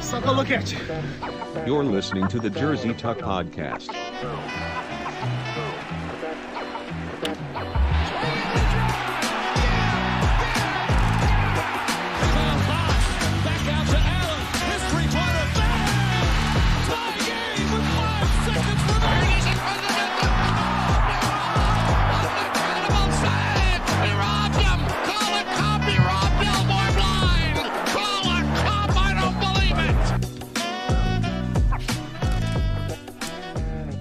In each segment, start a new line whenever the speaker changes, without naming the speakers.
Suck a look at you.
You're listening to the Jersey Tuck Podcast.
Back out to Allen. His three-pointer. Bang! Tie game with five seconds remaining.
It is in front of him. Unbelievable save. He robbed him. Call a cop. He robbed Elmore blind. Call a cop. I don't believe it.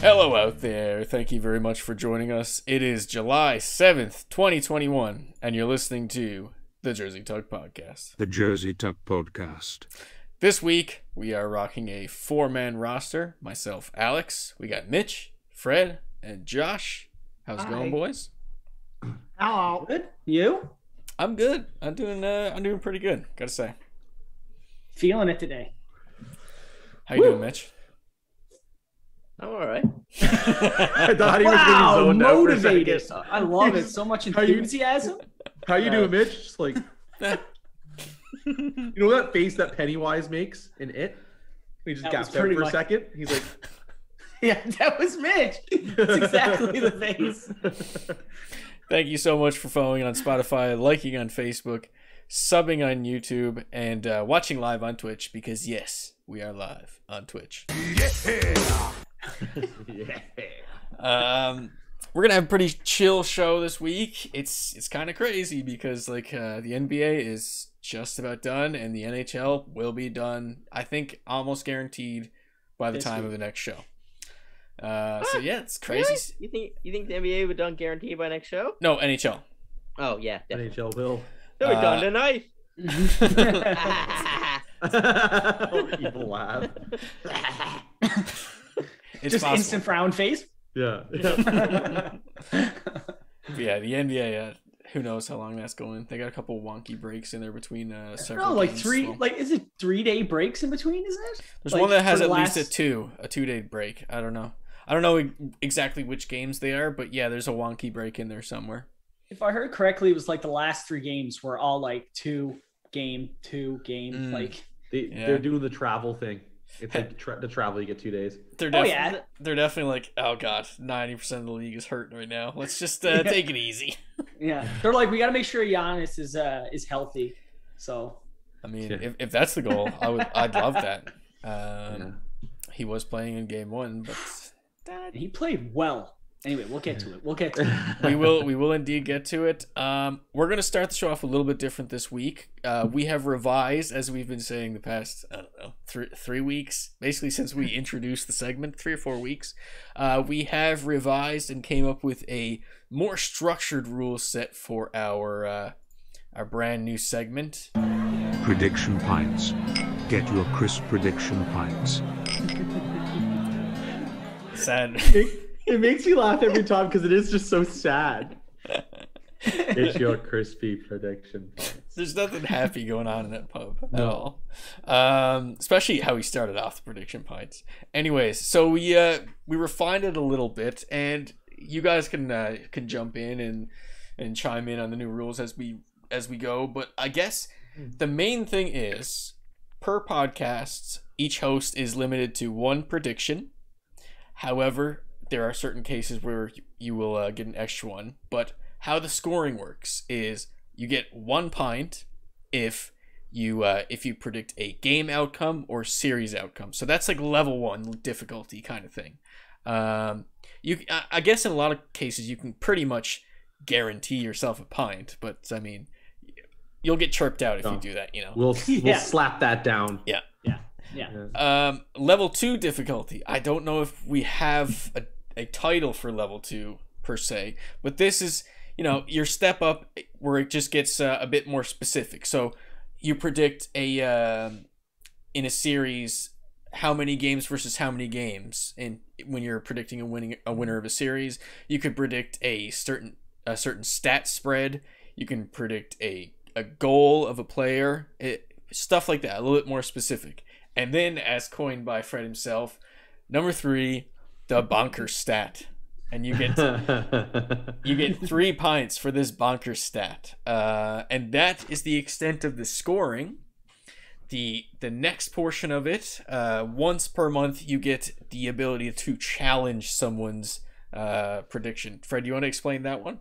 Hello out there. Thank you very much for joining us. It is July 7th, 2021, and you're listening to the Jersey Tug Podcast.
The Jersey Tuck Podcast.
This week, we are rocking a four man roster myself, Alex, we got Mitch, Fred, and Josh. How's it going,
Hi.
boys?
Hello. Good. You?
I'm good. I'm doing uh, I'm doing pretty good, gotta say.
Feeling it today.
How you doing, Mitch?
I'm all right.
I thought he was getting zoned out for a
motivated.
second.
I love it. So much
Are you-
enthusiasm.
How you doing, Mitch? Just like, you know that face that Pennywise makes in it? He just
That was
gaps out
pretty
for a
much-
second. He's like,
yeah, that was Mitch. That's exactly the face.
Thank you so much for following on Spotify, liking on Facebook, subbing on YouTube, and uh, watching live on Twitch because, yes, we are live on Twitch. Um, we're gonna have a pretty chill show this week. It's it's kind of crazy because like uh, the NBA is just about done, and the NHL will be done. I think almost guaranteed by the
This
time of
week.
the next show. Uh, so
Ah,
yeah, it's crazy.
Really? You think you think the NBA would done guarantee by next show?
No NHL.
Oh yeah, definitely.
NHL Bill.
They were
Uh,
done tonight.
Evil laugh.
It's
Just
possible.
instant frown face.
Yeah.
Yeah, the NBA. Uh, who knows how long that's going? They got a couple wonky breaks in there between uh, several.
No, like
games,
three.
so-
Like, is it three day breaks in between? Isn't it?
There's
like,
one that
for
has
the
at least
last-
a two, a two day break. I don't know. I don't know e- exactly which games they are, but yeah, there's a wonky break in there somewhere.
If I heard correctly, it was like the last three games were all like two game, two game.
Mm.
Like,
They,
Yeah.
They're doing the travel thing. It's like tra- the travel, you get two days.
They're
oh
definitely,
yeah,
they're definitely like, oh god, ninety percent of the league is hurting right now. Let's just uh, take it easy.
yeah. They're like, we got to make sure Giannis is uh is healthy. So
I mean,
Yeah.
if, if that's the goal, I would, I'd love that. Um,
Yeah.
He was playing in game one, but
and he played well. Anyway, we'll get to it. We'll get to it.
we will we will indeed get to it. Um, we're gonna start the show off a little bit different this week. Uh, we have revised, as we've been saying the past I don't know three three weeks, basically since we introduced the segment, three or four weeks. Uh, we have revised and came up with a more structured rule set for our uh, our brand new segment.
Prediction pints. Get your crisp prediction pints.
Sad.
It makes me laugh every time because it is just so sad. it's your crispy prediction.
There's nothing happy going on in that pub at all. Um, especially how he started off the prediction pints. Anyways, so we uh, we refined it a little bit, and you guys can uh, can jump in and and chime in on the new rules as we as we go. But I guess the main thing is per podcast, each host is limited to one prediction. However, there are certain cases where you- you will uh, get an extra one. But how the scoring works is you get one pint if you uh, if you predict a game outcome or series outcome. So that's like level one difficulty kind of thing. Um, you, I- I guess, in a lot of cases, you can pretty much guarantee yourself a pint. But I mean, you'll get chirped out if you
Oh.
do that. You know.
We'll,
Yeah.
we'll slap that down.
Um, level two difficulty. I don't know if we have a, a title for level two per se, but this is you know your step up where it just gets uh, a bit more specific. So you predict a um in a series how many games versus how many games, and when you're predicting a winning a winner of a series, you could predict a certain a certain stat spread. You can predict a a goal of a player, it, stuff like that, a little bit more specific. And then, as coined by Fred himself, number three, the bonker stat, and you get you get three pints for this bonker stat, uh, and that is the extent of the scoring. the the next portion of it, uh, once per month, you get the ability to challenge someone's uh, prediction. Fred, do you want to explain that one,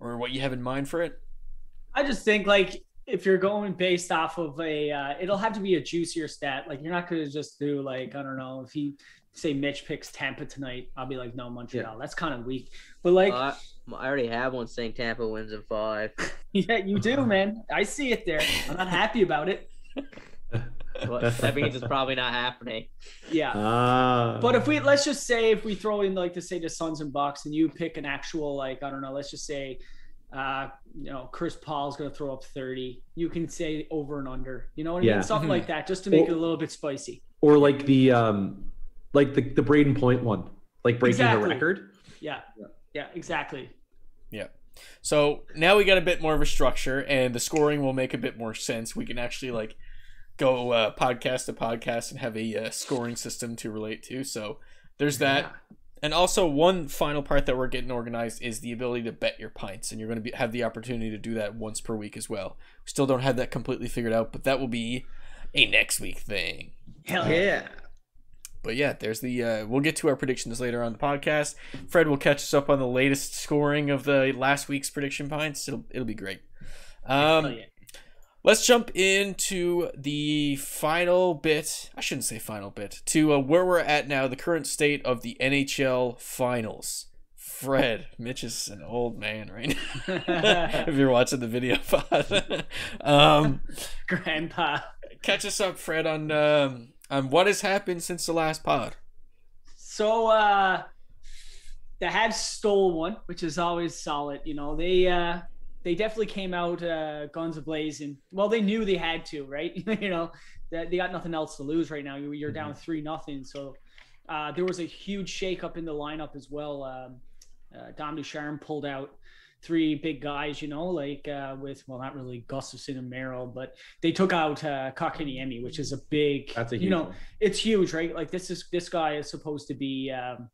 or what you have in mind for it?
I just think like if you're going based off of a, uh, it'll have to be a juicier stat. Like you're not going to just do like I don't know if he say Mitch picks Tampa tonight, I'll be like no Montreal. That's kind of weak. But like
Uh, I already have one saying Tampa wins in five.
yeah, you do, man. I see it there. I'm not happy about it.
But that means it's probably not happening.
Yeah.
Ah.
But if we let's just say if we throw in like to say the Suns and Bucks and you pick an actual like I don't know, let's just say uh you know Chris Paul's going to throw up 30. You can say over and under. You know what I
Yeah. Mm-hmm.
mean? Something like that just to make
Well-
it a little bit spicy.
or like the um, like the the Braden Point one, like breaking
Exactly.
the record.
Yeah. Yeah, exactly.
So now we got a bit more of a structure, and the scoring will make a bit more sense. We can actually like go uh, podcast to podcast and have a uh, scoring system to relate to. So there's that, and also one final part that we're getting organized is the ability to bet your pints, and you're going to be, have the opportunity to do that once per week as well. We still don't have that completely figured out, but that will be a next week thing
Hell yeah.
but yeah, there's the. Uh, we'll get to our predictions later on the podcast. Fred will catch us up on the latest scoring of the last week's prediction pints. It'll it'll be great. Um,
Hell Oh, yeah.
Let's jump into the final bit. I shouldn't say final bit. To uh, where we're at now, the current state of the NHL finals. Fred, Mitch is an old man right now. if you're watching the video pod, um,
Grandpa.
catch us up, Fred, on um, on what has happened since the last pod.
So uh the Habs stole one, which is always solid. You know, they uh they definitely came out uh guns ablazing. Well, they knew they had to, right? you know, that they got nothing else to lose right now. You- You're
Mm-hmm.
down three nothing. So uh there was a huge shakeup in the lineup as well. Um, uh, Dom Ducharme pulled out three big guys, you know, like uh with well, not really Gustafson and Merrill, but they took out uh Kakaniemi, which is a big
That's a huge
you know
one.
it's huge, right? Like this is this guy is supposed to be, um,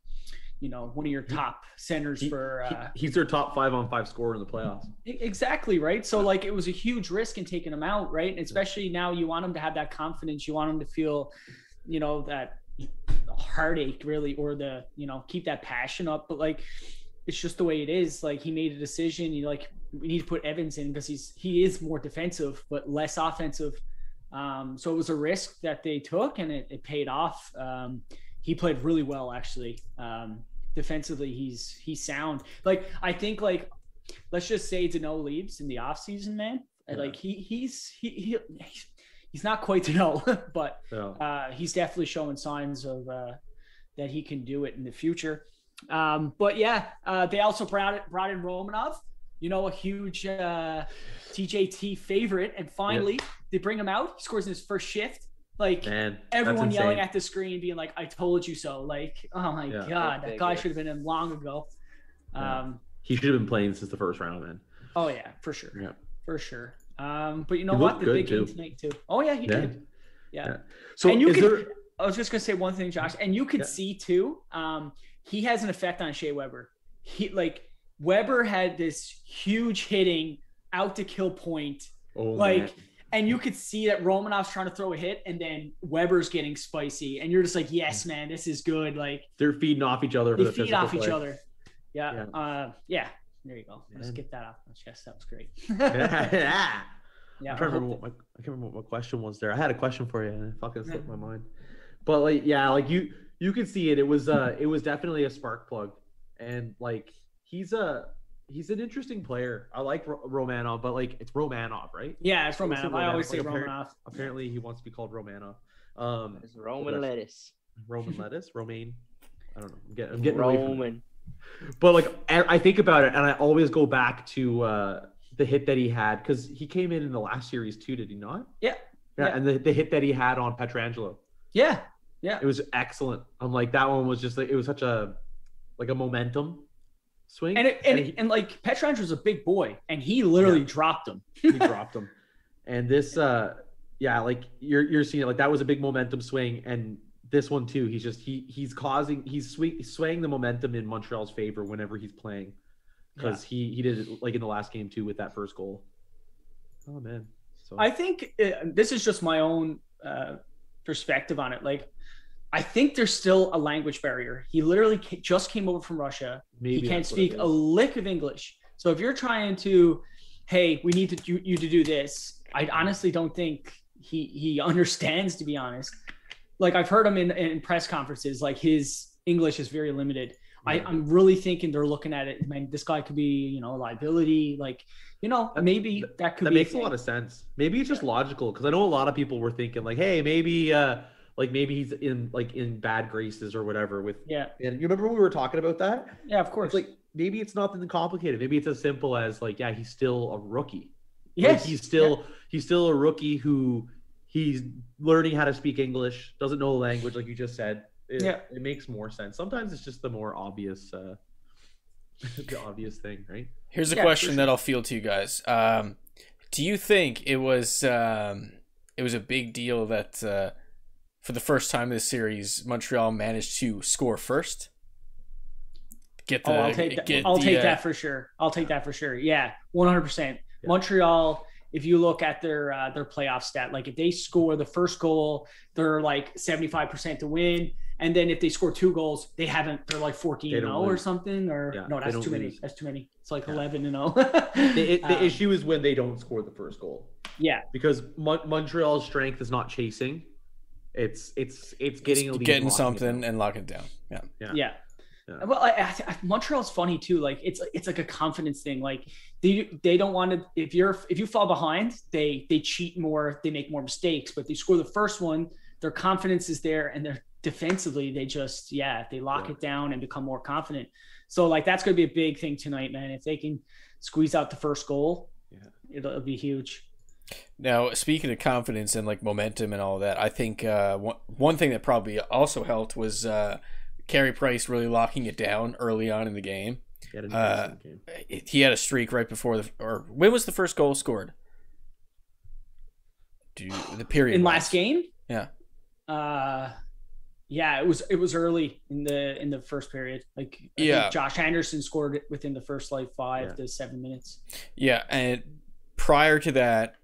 you know, one of your top centers
He-
for
he-
uh,
he's their top five on five scorer in the playoffs.
e- exactly right. So like it was a huge risk in taking him out, right? And especially now you want him to have that confidence. You want him to feel, you know, that heartache really, or the you know keep that passion up. But like it's just the way it is. Like he made a decision. You like we need to put Evans in because he's he is more defensive but less offensive. Um, so it was a risk that they took and it, it paid off. Um, he played really well actually. Um, defensively, he's he's sound. Like I think like let's just say Dano leaves in the off season, man. And, Like he he's he, he he's- he's not quite Dano, but
So
uh, he's definitely showing signs of uh, that he can do it in the future. Um, but yeah, uh, they also brought it, brought in Romanov, you know, a huge uh, TJT favorite, and finally they bring him out. He scores in his first shift. Like
man,
everyone
that's
yelling
insane.
at the screen, being like, "I told you so!" Like, oh my
Yeah.
god, that guy
Ridiculous.
should have been in long ago.
Yeah.
Um,
He should have been playing since the first round, man.
Oh yeah, for sure,
Yeah.
for sure. Um, but you know
He
what?
looked
The
good,
big game
too.
tonight too. Oh yeah, he
Yeah.
did. Yeah.
Yeah. So
and you
is
could,
there?
I was just gonna say one thing, Josh, and you could
Yeah.
see too. Um, he has an effect on Shea Weber. He like Weber had this huge hitting out to kill point,
Oh,
like,
man.
and you could see that Romanov's trying to throw a hit, and then Weber's getting spicy, and you're just like, yes, man, this is good. Like
they're feeding off each other. For
they
the
feed
physical
off each
play.
other. Yeah, yeah. Uh, yeah. There you go. Let's
Man.
get that off my chest. That was great.
yeah.
Yeah,
I'm
I
trying to
hope
remember what my, I can't remember what my question was there. I had a question for you and it fucking slipped my mind. But like yeah, like you you could see it. It was uh it was definitely a spark plug. And like he's a he's an interesting player. I like Ro- Romanov, but like it's Romanov, right?
Yeah, it's Romanov. I always say
Like a pair-
Romanov.
Apparently he wants to be called Romanov. Um
It's Roman
That's-
lettuce.
Roman lettuce, Romaine. I don't know. I'm getting, I'm getting away from
Roman.
but like I I think about it, and I always go back to uh, the hit that he had because he came in in the last series too, did he not?
Yeah.
Yeah,
Yeah.
and the, the hit that he had on Petrangelo,
Yeah,
it was excellent. I'm like that one was just like it was such a like a momentum swing,
and it, and,
he,
and like Petrange was a big boy, and he literally dropped him.
he dropped him. And this, uh, yeah, like you're you're seeing it like that was a big momentum swing, and this one too. He's just he he's causing he's swe- swaying the momentum in Montreal's favor whenever he's playing. because he he did it like in the last game too with that first goal. Oh man, so
I think uh, this is just my own uh, perspective on it. Like, I think there's still a language barrier. He literally ca- just came over from Russia.
Maybe
he can't
that's what it
speak a
is.
lick of English. So if you're trying to, hey, we need to do, you to do this, I honestly don't think he he understands. To be honest, like I've heard him in in press conferences, like his English is very limited. I, I'm really thinking they're looking at it. Man, this guy could be, you know, a liability. Like, you know,
That-
maybe
that-
that could
that
be
makes a lot of sense. Maybe it's just logical because I know a lot of people were thinking like, hey, maybe uh like maybe he's in like in bad graces or whatever with
Yeah,
and you remember when we were talking about that?
yeah, of course.
It's like maybe it's nothing complicated. Maybe it's as simple as like, yeah, he's still a rookie. Like,
yes,
he's still he's still a rookie who he's learning how to speak English, doesn't know the language, like you just said. It,
Yeah.
it makes more sense. Sometimes it's just the more obvious uh the obvious thing, right?
Here's a
Yeah, for
question
sure.
that I'll field to you guys. Um, do you think it was um, it was a big deal that uh, for the first time in this series, Montreal managed to score first? Get the
Oh, I'll take that.
get
I'll
the,
take
uh,
that for sure. I'll take that for sure. Yeah, one hundred percent.
Yeah.
Montreal. If you look at their uh, their playoff stat, like if they score the first goal, they're like seventy five percent to win. And then if they score two goals, they haven't. They're like fourteen
They
and
don't
zero or
lose.
something. Or
Yeah,
no,
they
that's
don't
too many.
lose.
That's too many. It's like
Yeah.
eleven and zero.
The, it, the
Um,
issue is when they don't score the first goal.
Yeah,
because Mon- Montreal's strength is not chasing; it's it's it's getting a lead
getting
and locking it
something
down.
and locking it down. Yeah.
Yeah.
yeah.
Yeah.
Well, I, I, I- Montreal's funny too. Like it's it's like a confidence thing. Like they they don't want to. If you're if you fall behind, they they cheat more. They make more mistakes. But they score the first one, their confidence is there, and they're defensively they just yeah they lock
Yeah.
it down and become more confident. So like that's going to be a big thing tonight, man. If they can squeeze out the first goal,
Yeah.
it'll, it'll be huge.
Now, speaking of confidence and like momentum and all that, I think uh, one, one thing that probably also helped was uh, Carey Price really locking it down early on in the game.
Get an
Uh,
interesting game.
He had a streak right before the or when was the first goal scored? Do you- the period
In
was.
last game,
Yeah.
Uh, yeah, it was it was early in the in the first period. Like I think
Yeah.
Josh Anderson scored it within the first like five to seven minutes.
Yeah, and prior to that,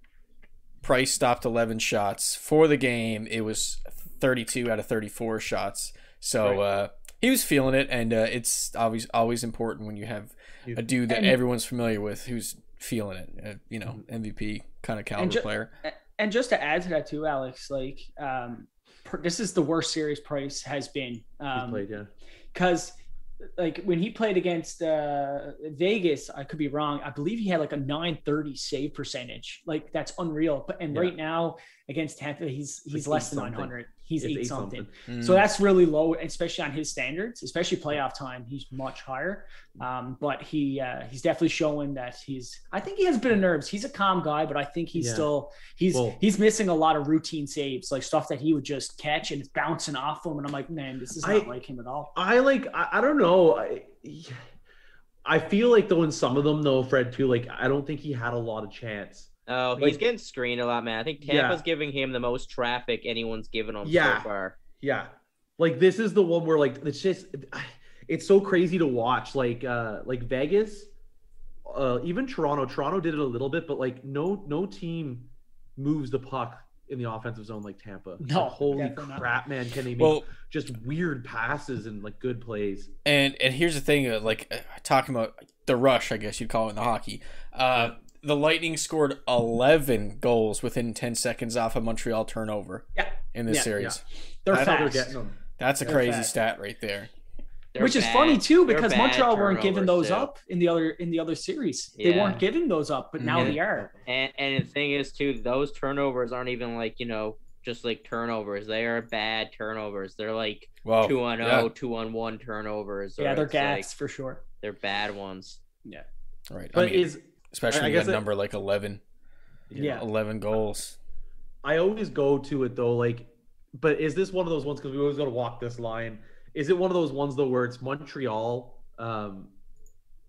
Price stopped 11 shots for the game. It was 32 out of 34 shots. So
Right.
uh, he was feeling it, and uh, it's always always important when you have
You-
a dude that
And-
everyone's familiar with who's feeling it. Uh, you know,
Mm-hmm.
MVP kind of caliber
ju-
player.
And just to add to that too, Alex, like um, pr- this is the worst series Price has been.
He's
Um,
played, yeah.
because like when he played against uh, Vegas, I could be wrong. I believe he had like a 930 save percentage. Like that's unreal. But and
Yeah.
right now against Tampa, he's he's
like
less
eight
than
something.
900. He's
It's
eight,
eight
something.
something.
Mm.
So that's really low, especially on his standards, especially playoff time. He's much higher. Um, but he uh, he's definitely showing that he's. I think he has a bit of nerves. He's a calm guy, but I think he's
Yeah.
still he's
Well-
he's missing a lot of routine saves, like stuff that he would just catch and it's bouncing off him. And I'm like, man, this is not
I-
like him at all.
I like. I, I don't know. I, I feel like though in some of them though, Fred too. Like I don't think he had a lot of chance.
Oh,
Like-
he's getting screened a lot, man. I think
Yeah.
Tampa's giving him the most traffic anyone's given him
Yeah.
so far.
Yeah. Like this is the one where like it's just it's so crazy to watch. Like uh like Vegas, uh even Toronto. Toronto did it a little bit, but like no no team moves the puck in the offensive zone like Tampa.
No,
Like, holy
definitely not.
crap, man, can they make
well,
just weird passes and like good plays?
And and here's the thing, uh, like uh, talking about the rush, I guess you'd call it in the hockey. Uh, the Lightning scored 11 goals within 10 seconds off a Montreal turnover.
Yeah.
In this
Yeah.
series,
They're
That's how they're
fast.
getting them.
that's a
Yeah.
crazy
Fact.
stat right there.
They're
which is
bad-
funny too
they're
because
bad
Montreal weren't giving
turnovers,
those
too.
up in the other in the other series. They
Yeah. Mm-hmm.
weren't giving those up, but now
Mhm.
they are.
And and the thing is too, those turnovers aren't even like you know just like turnovers. They are bad turnovers. They're like
Well,
two on
Oh, yeah,
0, two on one turnovers.
Yeah,
or
they're
it's, like,
gaps for sure.
they're bad ones.
right.
But
I mean,
is
especially
I- I
when you got
guess
a
it-
number like 11,
Yeah.
11 goals.
I always go to it though, like, but is this one of those ones? Because we always got to walk this line. Is it one of those ones though where it's Montreal um,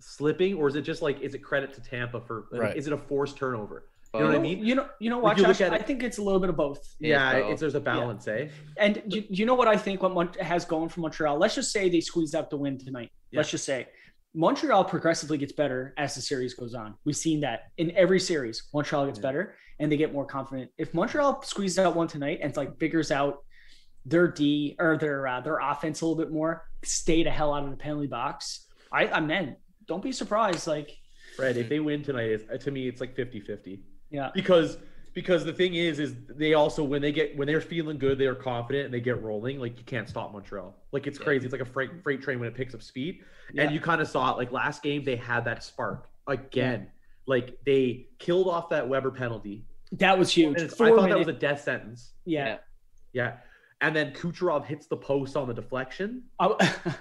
slipping, or is it just like is it credit to Tampa for? like,
Right.
Is it a forced turnover? You know what I
Both.
mean?
You know, you know
Like,
what,
you look
Josh?
at
I
it-
think it's a little bit of both.
Yeah,
Yeah, so-
it's there's a balance, eh?
And you, you know what I think? What Mon- has going for Montreal? Let's just say they squeezed out the win tonight. Let's just say Montreal progressively gets better as the series goes on. We've seen that in every series. Montreal gets
Yeah.
better, and they get more confident. If Montreal squeezes out one tonight and like figures out their D or their uh, their offense a little bit more, stay the hell out of the penalty box. I I'm in. Don't be surprised. Like
Right. If they win tonight, it's, to me, it's like 50 50.
yeah,
Because because the thing is, is they also when they get when they're feeling good, they are confident and they get rolling. Like you can't stop Montreal. Like it's crazy. It's like a freight freight train when it picks up speed.
Yeah.
And you kind of saw it. Like last game, they had that spark again. Like they killed off that Weber penalty.
that was
And
huge.
it's- I
Four
thought that was
minute-
a death sentence.
yeah.
Yeah.
Yeah. And then Kucherov hits the post on the deflection,
I-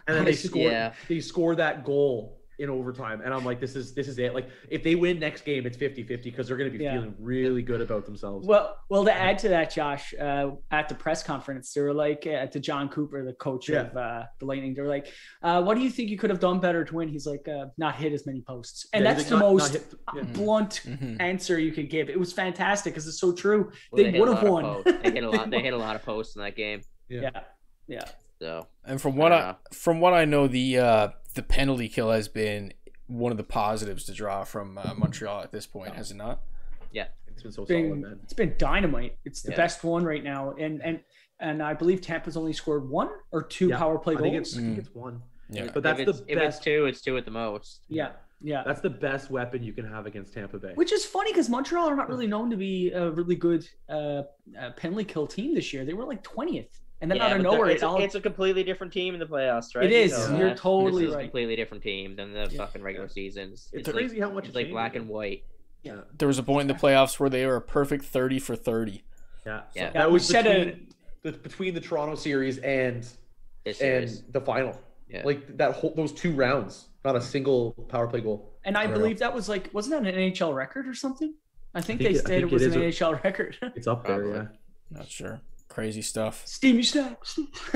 and then they score.
Yeah.
They score that goal in overtime, and I'm like, this is this is it. Like, if they win next game, it's 50-50 because they're going to be
Yeah.
feeling really good about themselves.
Well, well, to add to that, Josh, uh, at the press conference, they were like uh, to John Cooper, the coach of uh, the Lightning. They were like, uh, "What do you think you could have done better to win?" He's like, uh, "Not hit as many posts," and
Yeah,
that's
they
the
not- not
most
hit- Mm-hmm. yeah.
blunt
Mhm.
answer you could give. It was fantastic because it's so true.
Well,
they
hit a
would have
lot of
won.
posts. They hit a lot. They hit a lot of posts in that game.
Yeah,
So
And from what
Yeah.
I from what I know, the uh, the penalty kill has been one of the positives to draw from uh, Montreal at this point, has it not?
It's been so
It's been-
solid, man.
it's been dynamite. It's the
Yeah.
best one right now, and and and I believe Tampa's only scored one or two
Yeah,
power play
I think,
goals.
it's, I think
Mm.
it's one.
Yeah.
But that's
if
the
it's, If it's
best.
two, it's two at the most.
yeah, yeah.
That's the best weapon you can have against Tampa Bay.
Which is funny because Montreal are not really known to be a really good uh, uh, penalty kill team this year. They were like twentieth, and then
Yeah,
out of
but
nowhere,
it's,
it's
a-
all
it's a completely different team in the playoffs, right?
It is.
Yeah.
You're
uh,
totally
this is a
right.
completely different team than the
Yeah.
fucking regular seasons.
it's,
It's, like,
crazy how much
it's like
changes.
black and white.
There was a point in the playoffs where they were a perfect thirty for thirty.
Yeah. So
Yeah.
Yeah,
That was
we said it.
between, the, between the Toronto series and
This
and
series.
the final.
Yeah. Mm.
Like that whole those two rounds, not a single power play goal.
and
I
I
don't
believe that was like wasn't that an NHL record or something? I think
think
they
it- I
said
think
it
it
was
is
an
a-
NHL record.
It's up
there, Probably.
Not sure. Crazy stuff.
Steamy stacks.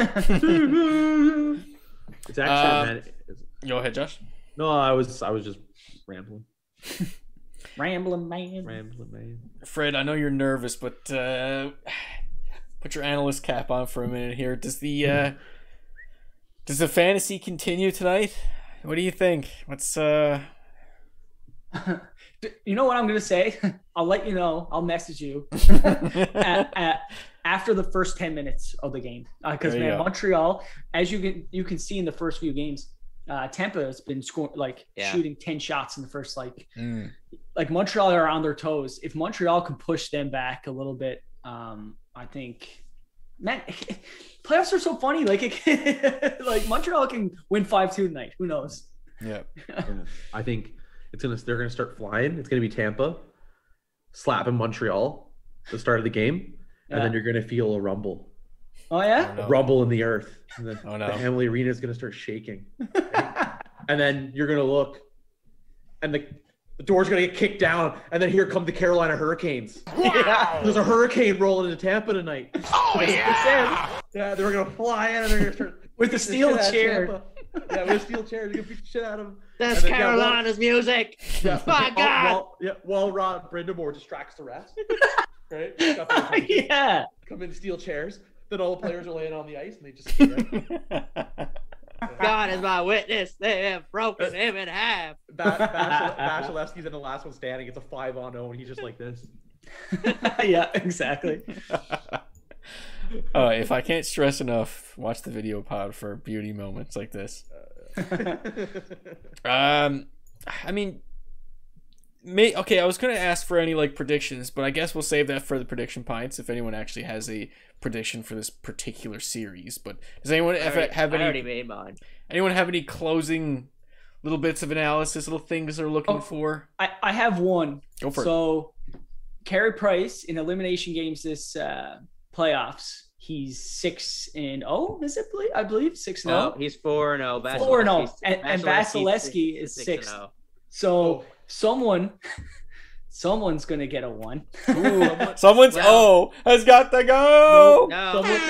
It's actually
Uh,
Um,
man. it's-
Go ahead, Josh.
No, I was I was just rambling,
Rambling man.
rambling, man.
Fred, I know you're nervous, but uh, put your analyst cap on for a minute here. Does the uh, does the fantasy continue tonight? What do you think? What's uh?
D- You know what I'm gonna say? I'll let you know. I'll message you
Mm,
at, at, after the first ten minutes of the game because
There you
man,
go.
Montreal, as you can you can see in the first few games, uh, Tampa has been scoring like
Yeah.
shooting ten shots in the first like
Mm.
like Montreal are on their toes. If Montreal can push them back a little bit, um, I think man, playoffs are so funny. Like it, like Montreal can win five two tonight. Who knows?
Yeah.
Yeah. I think it's gonna they're gonna start flying. It's gonna be Tampa, slapping Montreal, at the start of the game, and then
Yeah.
you're gonna feel a rumble,
Oh
Oh,
yeah,
a
no.
rumble in the earth. And then
Oh, no.
The Hamley Arena is gonna start shaking, and then you're gonna look, and the the door's gonna get kicked down, and then here come the Carolina Hurricanes. There's a hurricane rolling into Tampa tonight.
Oh, yeah.
Yeah, they're gonna fly in and they're gonna start
with the
beat
steel
the shit out of
chair.
Tampa. Yeah, with a steel chair, they're gonna beat the shit out of them.
That's
And then, yeah, well-
Carolina's music.
Yeah,
My
while-
God.
while- yeah, while Rod Brindamore distracts the rest, right? Got those people
yeah,
Come in steel chairs. Then all the players are laying on the ice and they just. yeah,
God is my witness. They have
Uh,
broken him in half.
Ba- Bash- Vasilevsky's in the last one standing. It's a five on zero, and he's just like this.
yeah, exactly.
Uh, if I can't stress enough, watch the video pod for beauty moments like this. Um, I mean, may okay. I was gonna ask for any like predictions, but I guess we'll save that for the prediction pints. If anyone actually has a prediction for this particular series, but does anyone
I
have,
already-
have
I
any?
already made mine.
Anyone have any closing little bits of analysis, little things they're looking
Oh.
for?
I, I have one.
Go for it.
so, Carey Price in elimination games this uh, playoffs, he's six and oh, is it? ble- I believe six and
No,
Uh,
oh.
he's four and zero.
Four and oh. And- and Vasilevsky is sixth.
six. oh.
oh.
So someone, someone's gonna get a one.
Ooh, someone's
Well-
oh has got the go.
No,
Someone-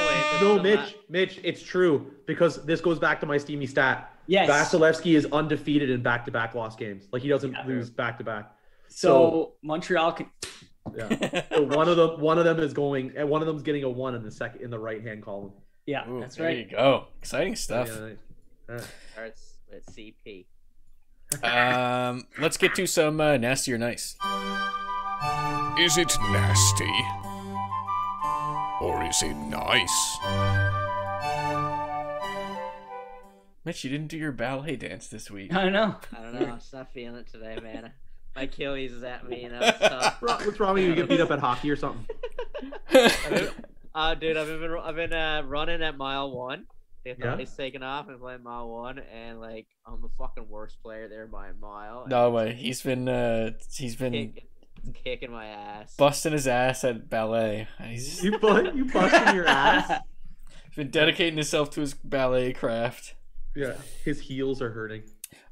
No, Mitch, Mitch, it's true because this goes back to my steamy stat.
Yes.
Vasilevsky is undefeated in back-to-back loss games. Like he doesn't
Yeah.
lose back-to-back.
Oh.
So Montreal can.
Yeah. so one of them, one of them is going, and one of them's getting a one in the second in the right-hand column.
Yeah,
Ooh,
that's
there
right.
you go. Exciting stuff.
Yeah,
Starts with CP.
Um, let's get to some uh, nasty or nice.
Is it nasty? Or is it nice?
Mitch, you didn't do your ballet dance this week.
I know.
I don't know. I'm just not feeling it today, man. My Achilles is at me, and I'm tough.
Bro, What's wrong with you? You get beat up at hockey or something?
Uh, dude, I've been I've been uh, running at mile one. They
Yeah.
thought he's taking off and playing mile one, and like I'm the fucking worst player there by a mile. and
no way. He's been uh, he's been
kick, kicking my ass.
busting his ass at ballet. He's
You bu- you busting your ass?
been dedicating himself to his ballet craft.
Yeah, his heels are hurting.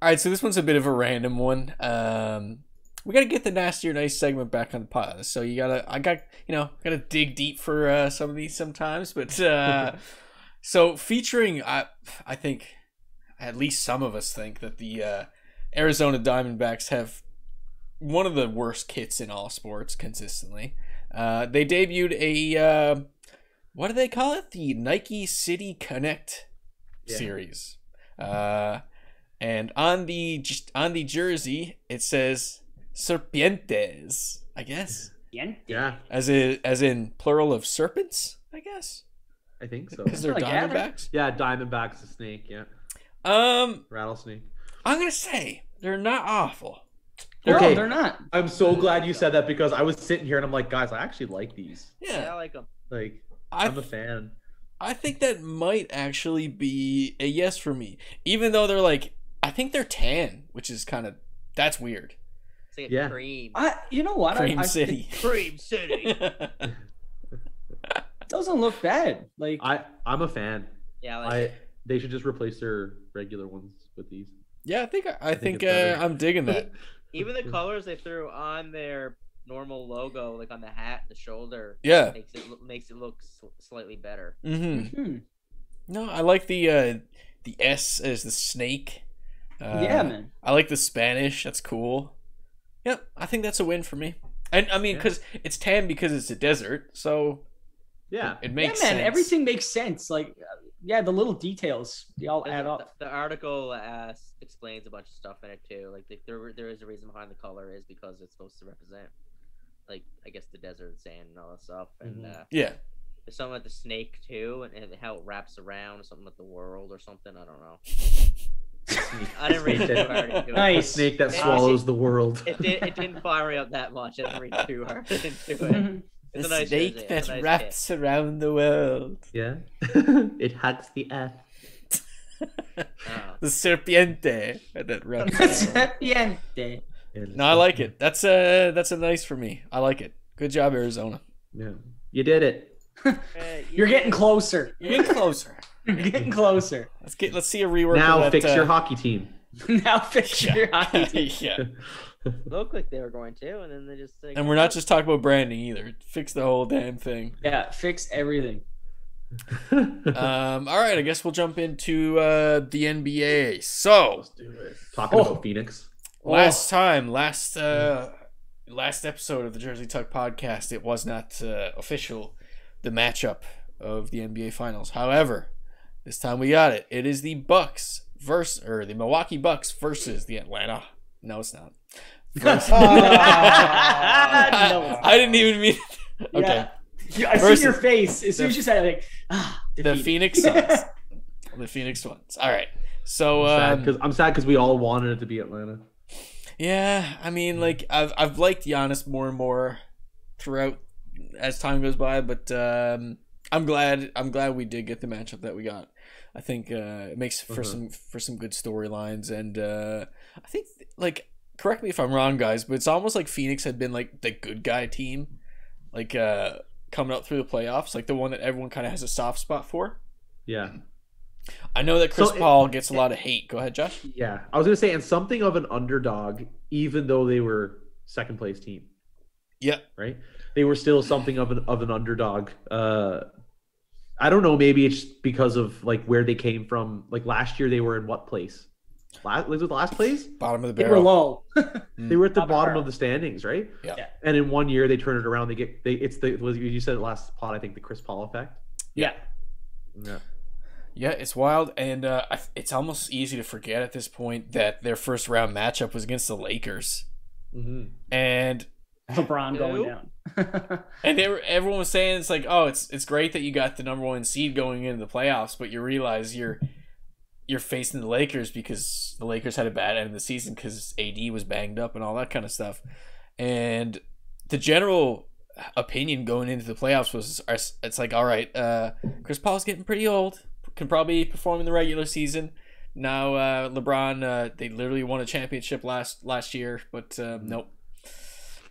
All right, so this one's a bit of a random one. Um, we got to get the nasty or nice segment back on the pod. So you gotta, I got, you know, gotta dig deep for uh, some of these sometimes. But uh, so featuring, I, I think, at least some of us think that the uh, Arizona Diamondbacks have one of the worst kits in all sports consistently. Uh, they debuted a, uh, what do they call it? The Nike City Connect
Yeah.
series. Uh, and on the on the jersey it says serpientes i guess
Again?
Yeah,
as in as in plural of serpents i guess
I think so.
because they're
Like
diamondbacks
Yeah, Diamondback's a snake. Yeah,
um
rattlesnake.
i'm gonna say they're not awful
No,
Okay.
they're not.
I'm so glad you said that because I was sitting here and I'm like, guys, I actually like these.
Yeah, I
yeah
like him.
Like,
i
I'm a fan.
i think that might actually be a yes for me even though they're like i think they're tan which is kind of that's weird
It's like a
Yeah.
cream.
I, you know what? I,
cream
I,
city
Cream City.
It doesn't look bad. Like
I I'm a fan.
Yeah, like,
I they should just replace their regular ones with these.
yeah i think i, I think,
it's better.
uh, i'm digging that
even the colors they threw on their normal logo, like on the hat, the shoulder,
yeah
makes it look- makes it look sl- slightly better.
mm-hmm
hmm.
No, I like the uh, the S as the snake. Uh,
yeah, man.
I like the Spanish. That's cool. Yep, I think that's a win for me. And I mean,
Yeah.
because it's tan because it's a desert, so
Yeah.
it makes
yeah, man.
sense.
Everything makes sense. Like, uh, yeah, the little details they all add
the,
up.
The article uh, s- explains a bunch of stuff in it too. Like the, there, there is a reason behind the color is because it's supposed to represent, like I guess the desert and sand and all that stuff. And
Mm-hmm.
Mhm.
uh,
Yeah,
there's something about the snake too, and, and how it wraps around, something with the world or something. I don't know. I didn't read too hard into it.
The
Nice.
snake that
It-
swallows the world.
It, did, it didn't fire me up that much. I didn't read too hard into
Mm-hmm.
it. It's a nice jersey. It's a nice kit.
around the world.
Yeah. it hugs the earth.
Uh,
The serpiente that wraps.
That's
around.
at the end. Day.
no, I like it. That's a that's a nice for me. I like it. Good job, Arizona.
Yeah. You did it.
eh, you
You're getting
did-
closer.
You're getting closer.
You're getting closer.
Let's get let's see a rework.
now
of that,
fix your
uh,
hockey team.
now fix your hockey team.
yeah.
looked like they were going to, and then they just like,
And we're not just talking about branding either. Fix the whole damn thing.
Yeah, fix everything. Uh,
Um, all right, I guess we'll jump into uh, the NBA. So
Talking
Oh.
about Phoenix.
last time, last uh, last episode of the Jersey Tuck podcast, it was not uh, official the matchup of the NBA Finals. However, this time we got it. It is the Bucks versus or the Milwaukee Bucks versus the Atlanta. No, it's not. Versus- I,
No.
I didn't even mean. Oh. Okay.
Yeah. Yeah, I
Versus-
see your face as soon as you said it. Like, ah,
the
defeated.
Phoenix Suns. the Phoenix Suns. All right. So
Sad,
um,
'cause- I'm sad because we all wanted it to be Atlanta.
yeah, I mean, like I've I've liked Giannis more and more throughout as time goes by, but um, I'm glad I'm glad we did get the matchup that we got. I think uh, it makes for
Uh-huh.
some for some good storylines, and uh, I think like correct me if I'm wrong, guys, but it's almost like Phoenix had been like the good guy team, like uh, coming up through the playoffs, like the one that everyone kind of has a soft spot for.
Yeah.
I know that Chris
So it-
Paul gets a lot of hate. Go ahead, Josh.
Yeah, I was gonna say, and something of an underdog, even though they were second place team,
Yep.
right? They were still something of an of an underdog. Uh, I don't know. Maybe it's because of like where they came from. Like last year, they were in what place? Last was it last place?
Bottom of the
They were
barrel.
low.
They were at the
Top of the
bottom
barrel.
of the standings, right?
Yeah.
Yeah.
And in one year, they turn it around. They get they. It's the was you said it last pod. I think the Chris Paul effect.
Yeah.
Yeah.
Yeah, it's wild, and uh, I- it's almost easy to forget at this point that their first round matchup was against the Lakers,
Mm-hmm.
and
LeBron going
Who?
down.
and they were, everyone was saying it's like, oh, it's it's great that you got the number one seed going into the playoffs, but you realize you're you're facing the Lakers because the Lakers had a bad end of the season because AD was banged up and all that kind of stuff, and the general opinion going into the playoffs was it's like, all right, uh, Chris Paul's getting pretty old, can probably perform in the regular season. Now uh, LeBron, uh, they literally won a championship last last year, but uh, nope.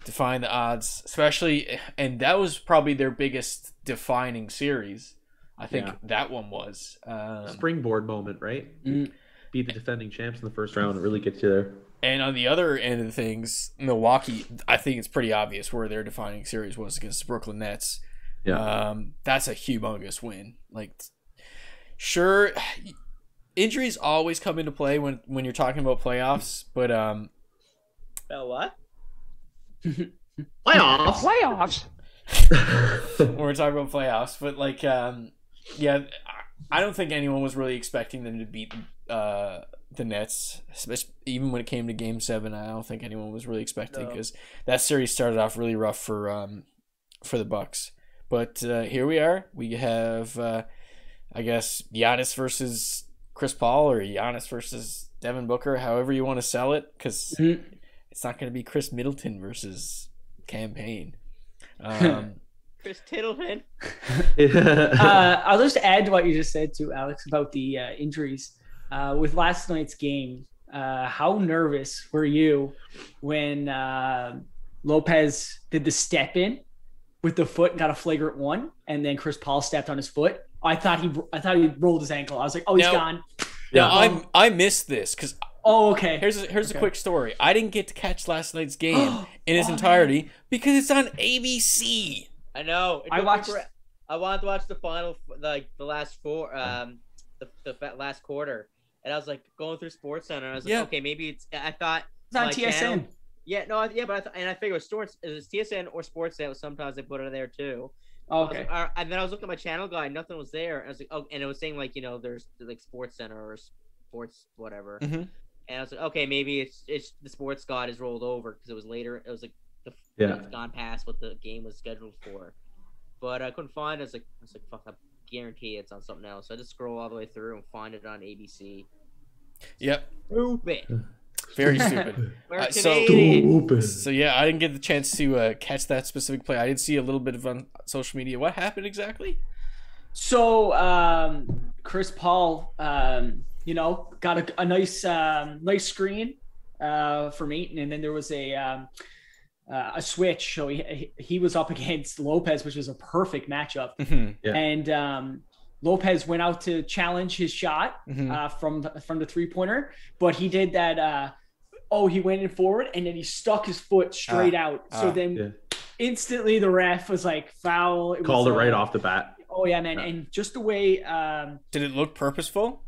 Define the odds, especially, and that was probably their biggest defining series. I think
Yeah.
that one was. Um,
Springboard moment, right?
Mm.
Be the defending champs in the first round. It really gets you there.
And on the other end of things, Milwaukee, I think it's pretty obvious where their defining series was against the Brooklyn Nets.
Yeah.
Um, that's a humongous win. Like, sure, injuries always come into play when, when you're talking about playoffs, but um,
Bell, what?
Playoffs.
Playoffs.
Uh,
when we're talking about playoffs, but like, um, yeah, I- I don't think anyone was really expecting them to beat uh, the Nets, especially, even when it came to Game Seven. I don't think anyone was really expecting
No.
because that series started off really rough for um, for the Bucks. But uh, here we are. We have, uh, I guess, Giannis versus Chris Paul or Giannis versus Devin Booker, however you want to sell it, because
Mhm.
it's not going to be Chris Middleton versus campaign. Um,
Chris Tittleman.
uh, I'll just add to what you just said to Alex about the uh, injuries. Uh, with last night's game, uh, how nervous were you when uh, Lopez did the step in with the foot, and got a flagrant one, and then Chris Paul stepped on his foot? I thought he, I thought he rolled his ankle. I was like, oh, he's
Now-
gone.
Now
Yeah.
I I missed this because
Oh, okay.
here's a, here's a quick story. I didn't get to catch last night's game in its
Oh, man.
entirety because it's on ABC.
I know. it
I
took me
watched-
fore- I wanted to watch the final, f- like the last four, um, the, the fa- last quarter, and I was like going through Sports Center. I was like,
Yeah.
okay, maybe it's. I thought
It's on
my
TSN.
channel. Yeah, no, I- yeah, but I th- and I figured it was sports, it was TSN or Sportsnet. Sometimes they put it there too. Oh, I was
Oh, okay.
like, "Alright," and then I was looking at my channel guide, nothing was there. And I was like, oh, and it was saying like, you know, there's like Sports Center or Sports whatever.
Mhm.
And I was like, okay, maybe it's it's the Sports God is rolled over because it was later. It was like the
Yeah.
it's gone past what the game was scheduled for. But I couldn't find. it. I was like, I was like, fuck, I guarantee it's on something else. So I just scroll all the way through and find it on ABC.
Yep,
Stupid.
very stupid.
We're
Uh, so-
Canadian.
so yeah, I didn't get the chance to uh, catch that specific play. I did see a little bit of on social media. What happened exactly?
So um, Chris Paul, um, you know, got a, a nice um, nice screen uh, from Aiton, and then there was a um, uh, a switch. So he he was up against Lopez, which was a perfect matchup,
Mhm,
Yeah.
and um, Lopez went out to challenge his shot
Mm-hmm.
mhm.
uh, from the, from the three pointer, but he did that. Uh, oh, he went in forward, and then he stuck his foot straight out. So
ah,
then
yeah.
instantly the ref was like foul. It was,
Called it
uh,
right off the bat.
Oh yeah, man,
Yeah.
and just the way um,
Did it look purposeful?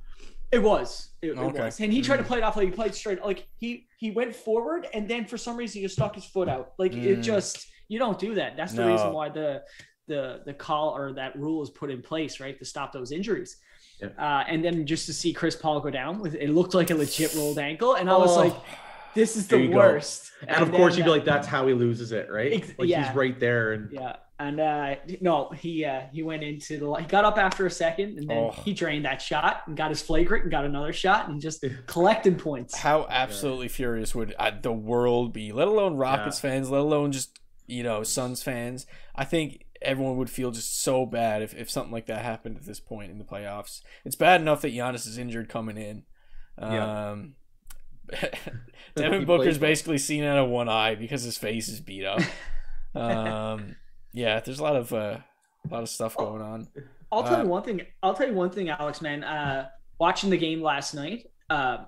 it was, it, it
Okay.
was, and he
Mm.
tried to play it off like he played straight, like he he went forward, and then for some reason he just stuck his foot out. Like it
Mm.
just you don't do that. That's the
No.
reason why the the the call or that rule is put in place, right, to stop those injuries.
Yeah.
Uh, and then just to see Chris Paul go down with it looked like a legit rolled ankle, and I was like, this is
There
the
Oh. you go.
worst.
And of course,
then,
you'd be like, that's how he loses it, right?
Ex-
like
yeah.
he's right there. And
Yeah, and uh, no, he uh, he went into the li- he got up after a second, and then
Oh.
he drained that shot and got his flagrant and got another shot and just collecting points.
How absolutely furious would uh, the world be? Let alone Rockets fans, let alone just you know Suns fans. I think everyone would feel just so bad if, if something like that happened at this point in the playoffs. It's bad enough that Giannis is injured coming in.
Yeah.
Um,
He
Devin
plays
Booker's
well.
basically seen out of one eye because his face is beat up. um, yeah, there's a lot of uh, a lot of stuff going on.
I'll tell
Uh,
you one thing. I'll tell you one thing, Alex. Man, uh, watching the game last night, uh,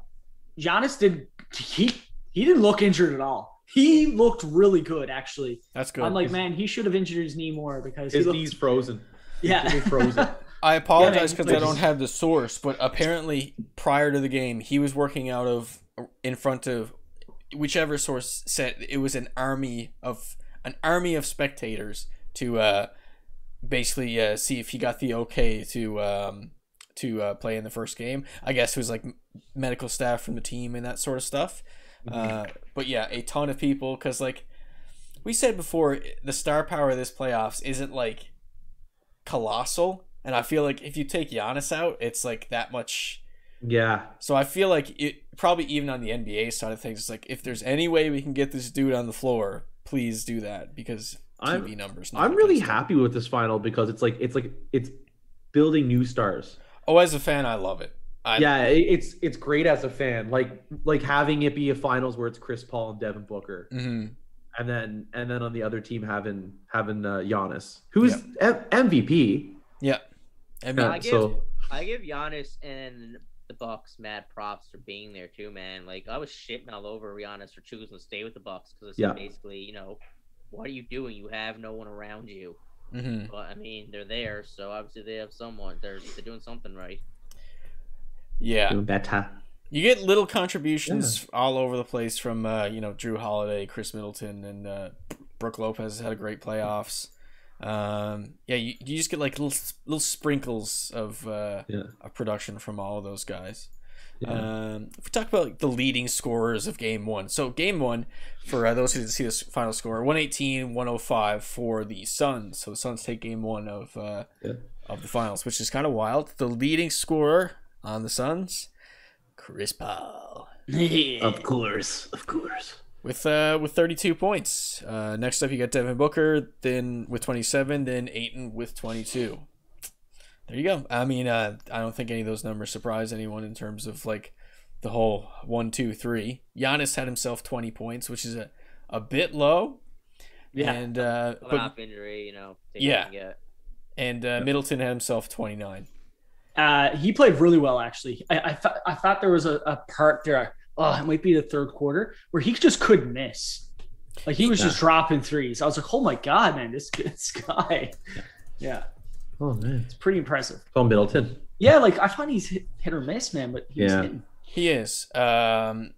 Giannis did he he didn't look injured at all. He looked really good, actually.
That's good.
I'm like, man, he should have injured his knee more because
his
he looked,
knee's frozen. His knee
yeah.
frozen.
I apologize
Yeah,
because I
like-
don't have the source, but apparently prior to the game, he was working out of in front of whichever source said it was an army of an army of spectators to uh, basically uh, see if he got the okay to um, to uh, play in the first game. I guess it was like m- medical staff from the team and that sort of stuff. Uh, but yeah, a ton of people because like we said before, the star power of this playoffs isn't like colossal, and I feel like if you take Giannis out, it's like that much.
Yeah.
So I feel like it probably even on the NBA side of things, it's like if there's any way we can get this dude on the floor, please do that because
I'm-
TV numbers. not
I'm really
against him.
happy with this final because it's like it's like it's building new stars.
Oh, as a fan, I love it. I,
yeah, it, it's it's great as a fan. Like like having it be a finals where it's Chris Paul and Devin Booker,
Mhm.
and then and then on the other team having having uh, Giannis, who's M- MVP.
Yeah. I mean,
Yeah,
I give-
so
I give Giannis and the Bucks mad props for being there too, man. Like I was shitting all over Giannis for choosing to stay with the Bucks because it's
Yeah.
basically, you know, what are you doing? You have no one around you.
mhm.
But I mean, they're there, so obviously they have someone. They're they're doing something right.
yeah.
doing better.
You get little contributions all over the place from uh, you know Drew Holiday, Chris Middleton, and uh, Brooke Lopez had a great playoffs. Um, yeah, you, you just get like little little sprinkles of uh,
Yeah.
of production from all of those guys.
Yeah.
Um, if we talk about like, the leading scorers of game one, so game one for uh, those who didn't see this final score 118 105 for the Suns. So the Suns take game one of uh,
Yeah.
of the finals, which is kind of wild. The leading scorer on the Suns, Chris Paul.
Of course, of course.
with uh with 32 points. Uh, next up, you got Devin Booker, then with 27, then Aiton with 22. There you go. I mean, uh, I don't think any of those numbers surprise anyone in terms of like the whole one, two, three. Giannis had himself 20 points, which is a, a bit low.
Yeah.
And uh,
Coming
but,
off injury, you know. take what
Yeah.
you can get.
and uh, Middleton had himself 29.
Uh, he played really well, actually. I I, thought I thought there was a, a part there. Oh, it might be the third quarter where he just couldn't miss. Like he was just dropping threes. I was like, oh my god, man, this this guy. Yeah,
Oh man,
it's pretty impressive.
Paul Middleton.
Yeah, like I find he's hit, hit or miss, man, but he was
Yeah.
hitting.
He is. Um,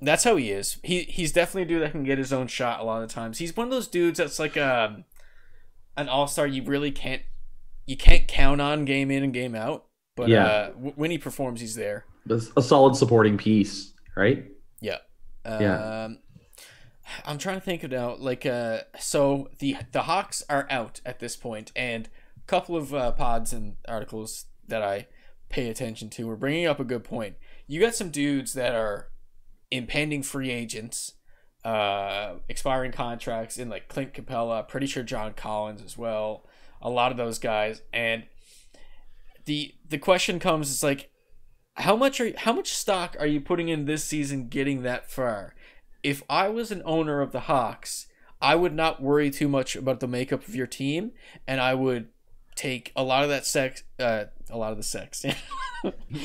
that's how he is. He he's definitely a dude that can get his own shot a lot of the times. He's one of those dudes that's like um an all star. You really can't you can't count on game in and game out. But
Yeah.
uh, w- when he performs, he's there.
That's a solid supporting piece, right?
Um,
Yeah.
I'm trying to think of now. Like, uh, so the the Hawks are out at this point, and a couple of uh, pods and articles that I pay attention to were bringing up a good point. You got some dudes that are impending free agents, uh, expiring contracts, in like Clint Capella, pretty sure John Collins as well. A lot of those guys, and the the question comes: is like, how much are you, how much stock are you putting in this season getting that far? If I was an owner of the Hawks, I would not worry too much about the makeup of your team, and I would take a lot of that sex, uh, a lot of the sex, a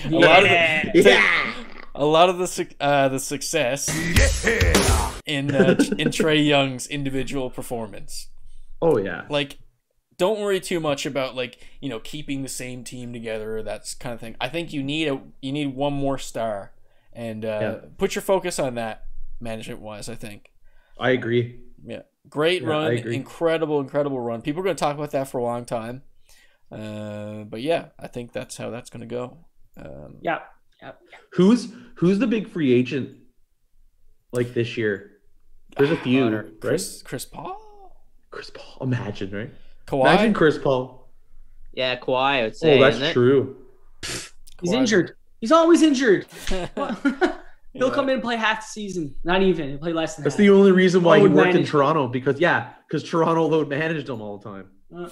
lot of the, take a lot of the suc- uh, the success in uh, in Trey Young's individual performance
Oh yeah,
like don't worry too much about like you know keeping the same team together or that kind of thing i think you need a you need one more star and uh,
Yeah.
put your focus on that management wise i think
I agree.
yeah great
Yeah, I
run
agree.
incredible incredible run people are going to talk about that for a long time uh, but yeah i think that's how that's going to go um,
Yeah,
Who's who's the big free agent like this year? There's a few,
Connor,
right?
chris, chris paul
Chris Paul. Imagine, right?
Kawhi?
Imagine Chris Paul.
Yeah, Kawhi. I would say.
oh, that's
isn't it?
true.
he's
Kawhi-
injured. He's always injured.
Yeah.
He'll come in and play half the season. Not even. He'll play less than
That's
half.
the only reason why he
Load
worked in
management.
Toronto because yeah, because Toronto load managed him all the time.
Uh,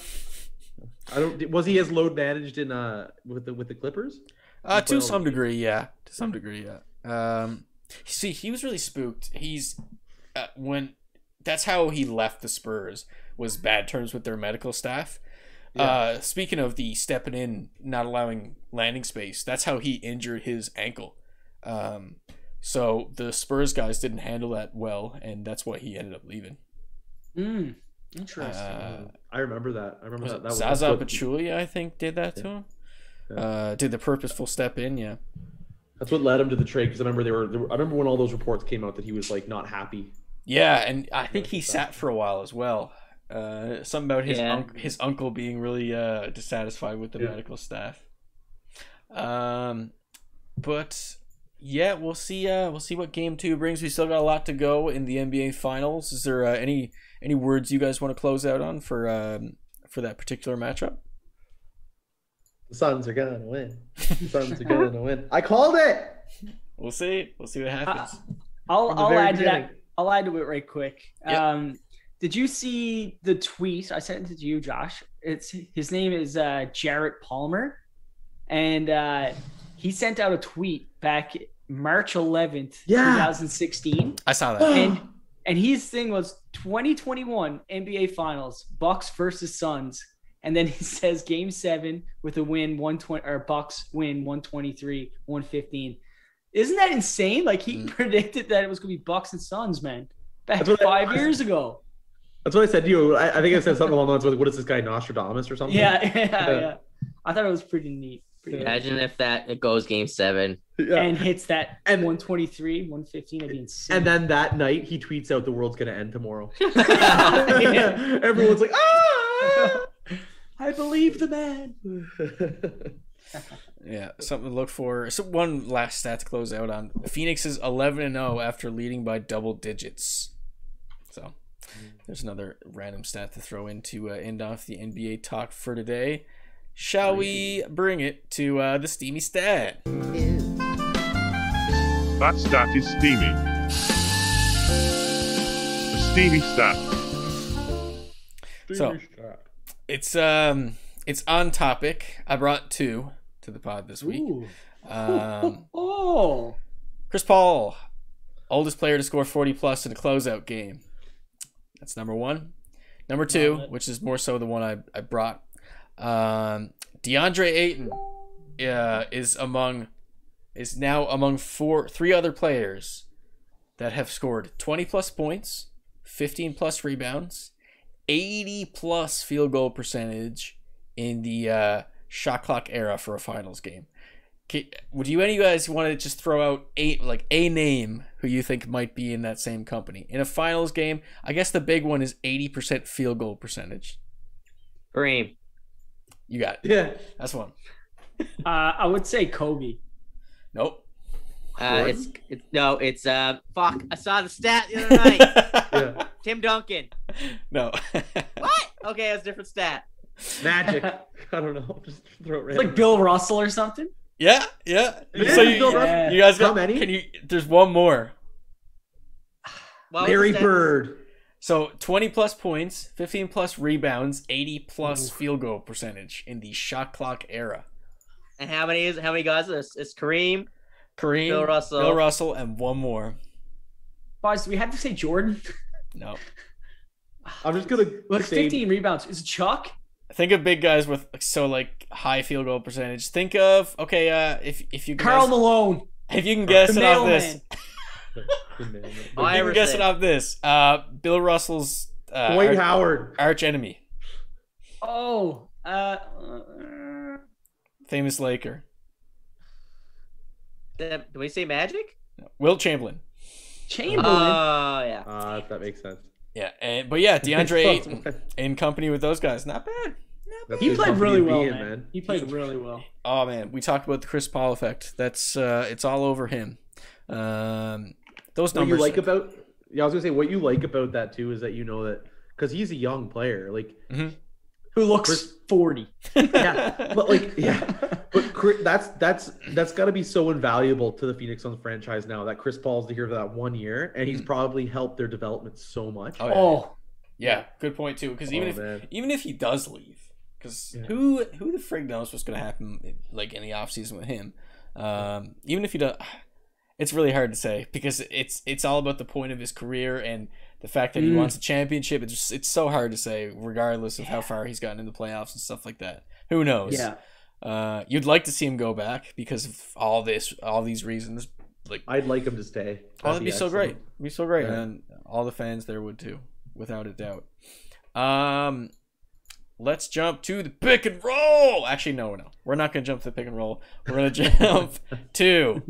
I don't. Was he as load managed in uh with the with the Clippers?
Uh,
Well-
to some degree, yeah. To some degree, yeah. Um, see, he was really spooked. He's uh, when that's how he left the Spurs was bad terms with their medical staff. Uh, speaking of the stepping in, not allowing landing space, that's how he injured his ankle. Um, so the Spurs guys didn't handle that well, and that's why he ended up leaving.
mm, interesting.
Uh,
I remember that. I remember
was
that.
it
that was, that's
Zaza
what-
Pachulia, I think, did that to him.
Yeah.
Uh, did the purposeful step in, yeah.
That's what led him to the trade because I remember they were, they were. I remember when all those reports came out that he was like not happy.
Yeah, and I think
like
he
that.
sat for a while as well. Uh, something about his
Yeah.
unc his uncle being really uh, dissatisfied with the
Yeah.
medical staff. Um, but yeah, we'll see. Uh, we'll see what Game Two brings. We still got a lot to go in the NBA Finals. Is there uh, any any words you guys want to close out on for um, for that particular matchup?
The Suns are gonna win. The Suns are gonna win. I called it.
We'll see. We'll see what happens.
I'll
From the
I'll
very
add to that.
beginning.
I'll add to it right quick.
Yep.
Um, did you see the tweet I sent it to you, Josh? It's his name is uh, Jarrett Palmer, and uh, he sent out a tweet back March 11th,
Yeah.
2016,
I saw that.
and and his thing was 2021 NBA Finals Bucks versus Suns, and then he says Game Seven with a win 120 or Bucks win 123 115. Isn't that insane? Like he
Mm.
predicted that it was going to be Bucks and Suns, man, back
That's what I
five
was.
years ago.
That's what I said to you. I, I think I said something along the lines with, "What is this guy Nostradamus or something?"
Yeah, yeah, yeah. I thought it was pretty neat. Pretty neat.
Imagine if that it goes game seven.
Yeah.
And hits that
And-
123, 115. That'd be insane.
And then that night, he tweets out, "The world's gonna end tomorrow."
Yeah.
Everyone's like, "Ah!"
I believe the man.
Yeah, something to look for. So one last stat to close out on. Phoenix is 11 and 0 after leading by double digits. So there's another random stat to throw in to uh, end off the NBA talk for today. Shall we bring it to uh, the steamy stat?
That stat is steamy. The steamy stat.
So it's um it's on topic. I brought two to the pod this week.
Ooh.
Um,
oh.
Chris Paul, oldest player to score 40 plus in a closeout game. That's number one. Number two,
Love it.
which is more so the one I, I brought, um, DeAndre Ayton uh, is among is now among four three other players that have scored 20 plus points, 15 plus rebounds, 80 plus field goal percentage in the uh, shot clock era for a finals game. Okay, Would you any of you guys want to just throw out a like a name who you think might be in that same company in a finals game? I guess the big one is eighty percent field goal percentage.
Kareem.
You got it.
yeah.
That's one.
Uh, I would say Kobe.
Nope.
Uh, it's it's no, it's uh fuck. I saw the stat the other night.
Yeah.
Tim Duncan.
no.
What? Okay, that's a different stat.
Magic. I don't know. Just throw it
It's
random.
like Bill Russell or something.
yeah, yeah.
Yeah,
so you,
Bill Russell.
Yeah.
you guys got
How many?
Can you? There's one more.
What was the
Larry
stat-
Bird.
So twenty plus points, fifteen plus rebounds, eighty plus field goal percentage in the shot clock era.
And how many is how many guys is this? It's Kareem.
Kareem,
Bill Russell.
Bill Russell, and one more.
Boys, do we have to say Jordan?
No.
I'm just gonna
Like
say
15 rebounds. Is it Chuck?
Think of big guys with so like high field goal percentage. Think of okay, uh, if if you can
Carl
guess,
Malone.
if you can guess
the
it off this,
mailman.
if
I
you
ever
can guess it
said-
off this. Uh, Bill Russell's uh,
Dwight
arch,
Howard.
arch enemy,
Oh, uh,
famous Laker,
Did did we say Magic?
Will Chamberlain.
Chamberlain.
Oh yeah.
Ah, if that makes sense.
Yeah, and, but yeah, DeAndre
That's
Ayton
why-
in company with those guys, not bad.
that's
he
who
played
company
really
to be
well,
in,
man. He played really well.
Oh man, we talked about the Chris Paul effect. That's uh, it's all over him. Um, those
What
numbers.
you like about? Yeah, I was gonna say what you like about that too is that you know that because he's a young player. Like
Who looks 40.
yeah, but like yeah, but Chris, that's that's that's got to be so invaluable to the Phoenix Suns franchise now that Chris Paul's here for that one year, and he's probably helped their development so much.
Mm. Oh, yeah.
Oh,
Yeah, good point too. Because even
Oh,
if
man.
even if he does leave, because
Yeah.
who who the frig knows what's gonna happen like in the off season with him? Um, even if he does, it's really hard to say because it's it's all about the point of his career and the fact that he
Mm.
wants a championship. It's just, it's so hard to say regardless of how far he's gotten in the playoffs and stuff like that. Who knows?
yeah.
Uh, you'd like to see him go back because of all this, all these reasons. Like,
I'd like him to stay.
Oh, that'd be, so great.
excellent.
It'd be so great.
Yeah.
And all the fans there would too, without a doubt. Um let's jump to the pick and roll. Actually, no, no. We're not gonna jump to the pick and roll. We're gonna jump to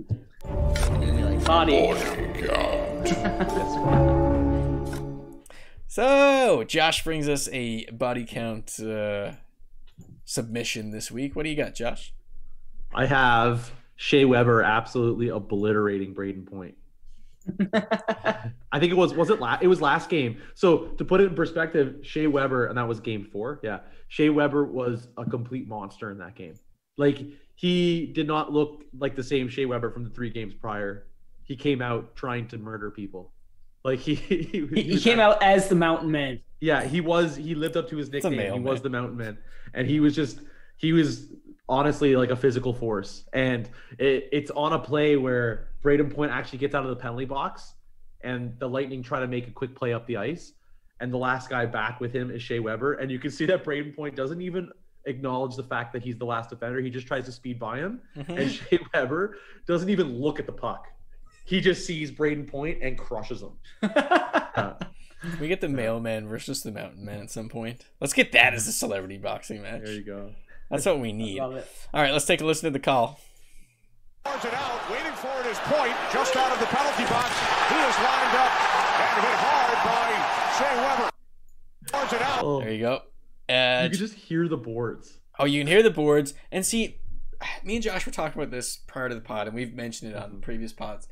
Body.
So Josh brings us a body count uh submission this week. What do you got, Josh?
I have Shea Weber absolutely obliterating Braden Point. I think it was was it last it was last game. So to put it in perspective, Shea Weber and that was game four. Yeah, Shea Weber was a complete monster in that game. Like he did not look like the same Shea Weber from the three games prior. He came out trying to murder people. Like he he,
He, he
was
came out as the Mountain Man.
yeah, he was. He lived up to his
a
nickname.
male
He was the Mountain Man, and he was just he was honestly like a physical force. And it, it's on a play where Braden Point actually gets out of the penalty box, and the Lightning try to make a quick play up the ice, and the last guy back with him is Shea Weber, and you can see that Braden Point doesn't even acknowledge the fact that he's the last defender. He just tries to speed by him,
Mm-hmm.
and Shea Weber doesn't even look at the puck. He just sees Braden Point and crushes him. Yeah.
Can we
Uh,
get the mailman versus the mountain man at some point? Let's get that as a celebrity boxing match.
There you go.
That's what we need.
Love it.
All right, let's take a listen to the call.
Cards it out, waiting for it is point, just out of the penalty box. He is lined up and hit hard by Shea Weber. Cards it out.
Oh.
There you go. Uh,
You
And
could just hear the boards.
Oh, you can hear the boards and see. Me and Josh were talking about this prior to the pod, and we've mentioned it on previous pods.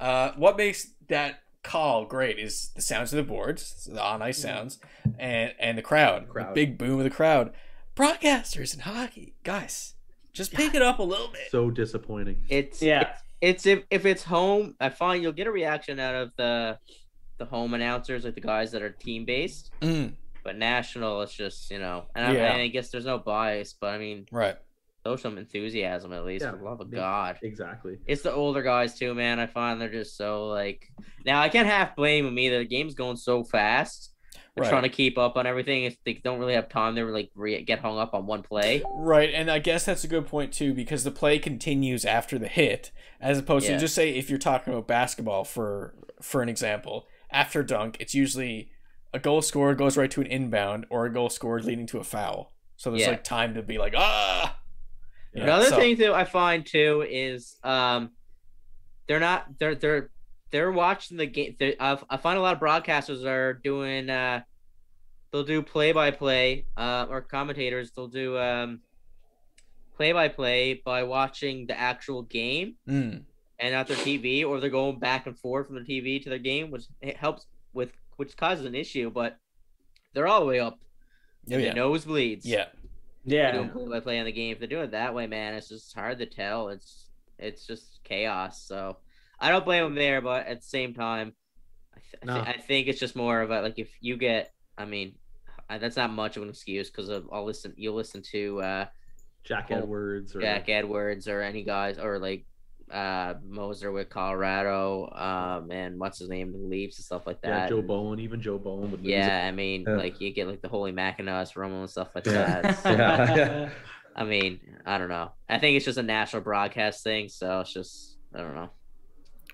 Uh, what makes that call great is the sounds of the boards, so the on ice sounds, and and the Mm-hmm. crowd,
Crowd.
the big boom of the crowd. Broadcasters in hockey, guys, just pick it up a little bit.
So disappointing.
It's
Yeah.
It's, it's if if it's home, I find you'll get a reaction out of the the home announcers, like the guys that are team based.
Mm,
But national, it's just you know, and I,
Yeah.
and I guess there's no bias, but I mean,
right.
show some enthusiasm at least.
Yeah,
for the love of
make-
God.
Exactly.
It's the older guys too, man. I find they're just so like. Now I can't half blame them either. The game's going so fast. They're
Right.
trying to keep up on everything. If they don't really have time, they were like re- get hung up on one play.
Right, and I guess that's a good point too because the play continues after the hit, as opposed
Yeah.
to just say if you're talking about basketball for for an example, after dunk, it's usually a goal scored goes right to an inbound or a goal scored leading to a foul. So there's
Yeah.
like time to be like ah. You know,
Another
so-
thing too I find too is um, they're not they're they're they're watching the game. I I find a lot of broadcasters are doing uh, they'll do play by play uh or commentators they'll do um play by play by watching the actual game
Mm,
and not their TV, or they're going back and forth from their TV to their game, which it helps with which causes an issue. But they're all the way up,
yeah,
to
Oh, yeah,
the nosebleeds.
yeah.
They're
Yeah.
doing play by play on the game. If they're doing it that way, man, it's just hard to tell. It's it's just chaos. So I don't blame them there, but at the same time, I, th- I, thi- I think it's just more of a like if you get, I mean, I, that's not much of an excuse because I'll listen. You'll listen to. uh
Jack
Oh,
Edwards or
Jack Edwards or any guys or like uh Moser with Colorado, um and what's his name, the Leafs and stuff like
yeah,
that.
Joe Bowen, even Joe Bowen would lose it.
Yeah, I mean
Yeah.
like you get like the Holy Mackinac Romo and stuff like
Yeah.
that. So,
Yeah, yeah.
I mean, I don't know. I think it's just a national broadcast thing, so it's just I don't know.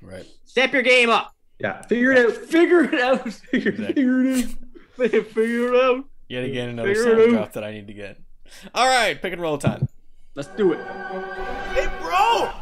Right.
Step your game up.
Yeah. Figure it out.
Figure it out.
Figure, figure it out.
Figure it out.
Yet again, another
Figure it
sound
out.
drop that I need to get. All right, pick and roll time.
Let's do it.
Hey, bro!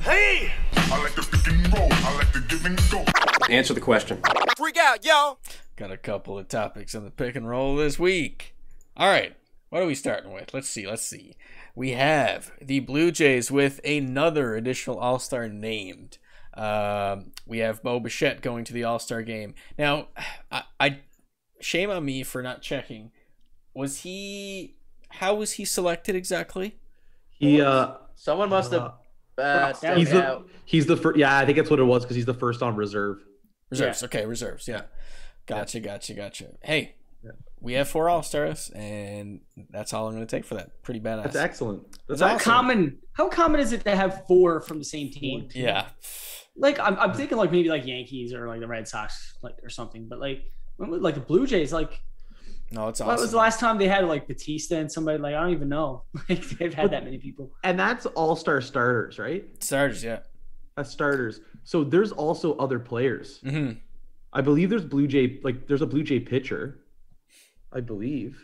Hey! I like the pick and roll. I like the give and go.
Answer the question.
Freak out, yo!
Got a couple of topics on the pick and roll this week. All right, what are we starting with? Let's see, let's see. We have the Blue Jays with another additional All Star named. Um, we have Bo Bichette going to the All Star game. Now, I, I shame on me for not checking. Was he? How was he selected exactly?
He uh
Someone must have uh, stepped
he's the
out.
he's the first yeah, I think that's what it was because he's the first on reserve.
Reserves. Okay, reserves. Yeah. Gotcha, gotcha, gotcha. Hey, we have four All Stars, and that's all I'm going to take for that. Pretty badass.
That's excellent. That's
How
awesome.
common? How common is it to have four from the same team?
yeah.
Like I'm, I'm thinking like maybe like Yankees or like the Red Sox like or something. But like when would- like the Blue Jays like
No, it's awesome.
when was the last time they had like Batista and somebody like I don't even know like they've had that many people.
And that's all star starters, right?
Stars, yeah.
That's starters. So there's also other players.
hmm
I believe there's Blue Jay like there's a Blue Jay pitcher. I believe.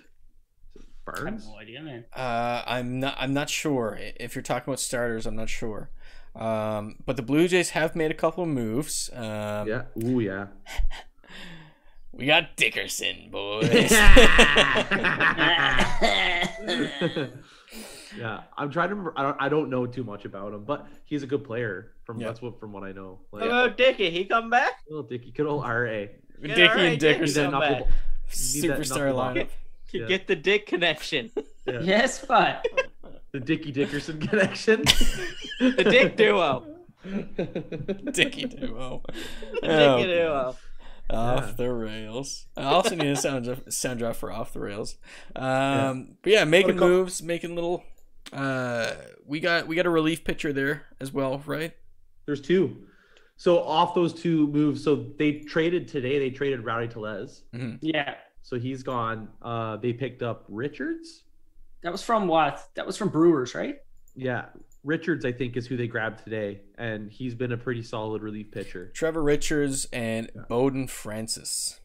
I have
Burns?
no idea, man.
Uh, I'm not. I'm not sure I- if you're talking about starters. I'm not sure. Um, but the Blue Jays have made a couple of moves. Um,
Yeah. Ooh yeah.
We got Dickerson, boys.
yeah, yeah, I'm trying to. Remember, I don't. I don't know too much about him, but he's a good player. From
Yeah.
that's what from what I know.
What about Dickie? He come back?
little Dickie, good old RA.
Yeah,
Dickie
alright,
and Dick are
Dickie's
so
not
bad.
bad.
need that
Superstar
knuckleball.
lineup.
Yeah.
Get the dick connection.
Yeah.
Yes, but
The Dickie Dickerson connection.
The dick duo.
Oh.
Dickie duo.
The
Oh,
dick duo.
Off
Yeah.
the rails. I also need a sound dra- sound draft for off the rails. Um, but yeah, making
What a co-
moves, making little. Uh, we got we got a relief pitcher there as well, right?
There's two. So off those two moves, so they traded today. They traded Rowdy Telez,
yeah,
so he's gone. Uh, they picked up Richards.
that was from what? That was from Brewers, right?
Yeah, Richards I think is who they grabbed today, and he's been a pretty solid relief pitcher.
Trevor Richards and Bowden Francis.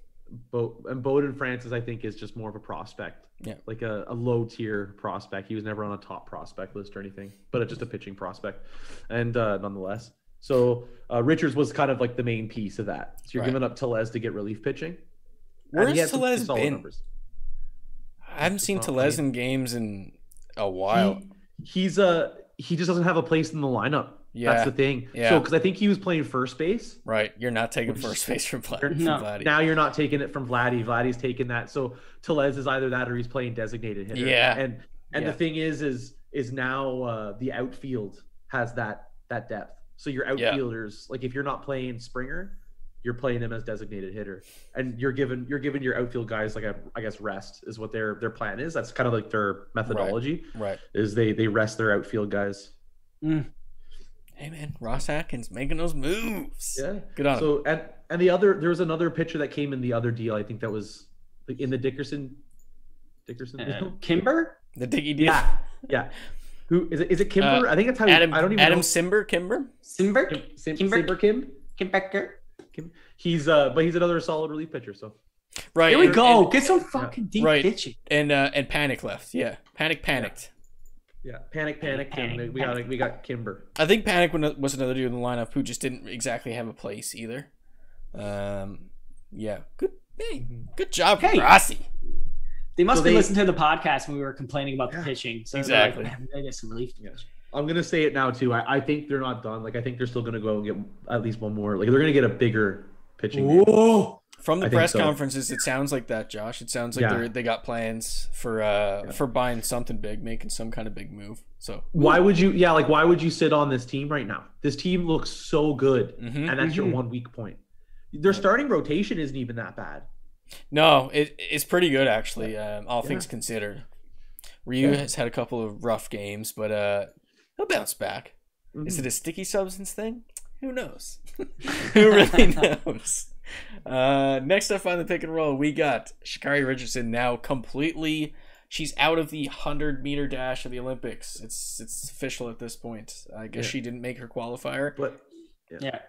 Bo- and Bowden Francis I think is just more of a prospect.
Yeah.
like a, a low tier prospect. He was never on a top prospect list or anything, but just a pitching prospect, and uh, nonetheless. So uh, Richards was kind of like the main piece of that. So you're
Right.
giving up Telez to get relief pitching. And
Where's
he had some
Telez
solid
been?
numbers.
I haven't seen
not
Telez
funny.
in games in a while.
He, he's a he just doesn't have a place in the lineup.
Yeah.
that's the thing.
Yeah.
So because I think he was playing first base.
right, you're not taking first base from Vlad. From
No.
Vladdy.
Now you're not taking it from Vladdy. Vladdy's taking that. So Telez is either that or he's playing designated hitter.
Yeah.
And and
Yeah.
the thing is, is is now uh, the outfield has that that depth. So your
Yeah.
outfielders, like if you're not playing Springer, you're playing him as designated hitter, and you're giving you're giving your outfield guys like a I guess rest is what their their plan is. That's kind of like their methodology
right.
is they they rest their outfield guys.
Hey man, Ross Atkins making those moves.
Yeah.
Good on him.
So and and the other there was another pitcher that came in the other deal. I think that was like in the Dickerson. Dickerson.
Uh,
deal?
Kimber.
The Diggy Dick.
yeah. Yeah. Who is it? Is it Kimber? I think that's how. he-
Adam,
I don't even
Adam
know.
Simber, Kimber?
Simber.
Kim, Sim,
Kimber?
Simber Kim.
Kimbecker.
He's uh, but he's another solid relief pitcher. So
Right.
Here we
and-
go.
and-
Get some fucking deep
Right.
pitching.
And uh, and panic left. Yeah. Panic panicked.
yeah, panic, panic, Kim.
Panic,
We got we got Kimber.
I think panic wa- was another dude in the lineup who just didn't exactly have a place either. Um yeah. Good hey, good job,
Hey.
Rossi.
They must
So
be
they-
listening to the podcast when we were complaining about the pitching. So they're
Exactly.
Like, "Man, they get some relief.
Yeah. I'm gonna say it now too. I, I think they're not done. Like I think they're still gonna go and get at least one more. Like they're gonna get a bigger pitching. man.
Oh,
From the
I think
press
so.
conferences, it sounds like that, Josh. It sounds like
Yeah.
they're they got plans for uh for buying something big, making some kind of big move. So
Why would you? Yeah, like why would you sit on this team right now? This team looks so good,
Mhm.
and that's
Mm-hmm.
your one weak point. Their starting rotation isn't even that bad.
No, it, it's pretty good actually. Um, all things considered, Ryu has had a couple of rough games, but uh, he'll bounce back.
Mm-hmm.
Is it a sticky substance thing? Who knows? Who really knows? Uh, next up on the pick and roll, we got Shakari Richardson now completely. She's out of the hundred meter dash of the Olympics. It's it's official at this point. I guess
Yeah.
she didn't make her qualifier.
But
Yeah.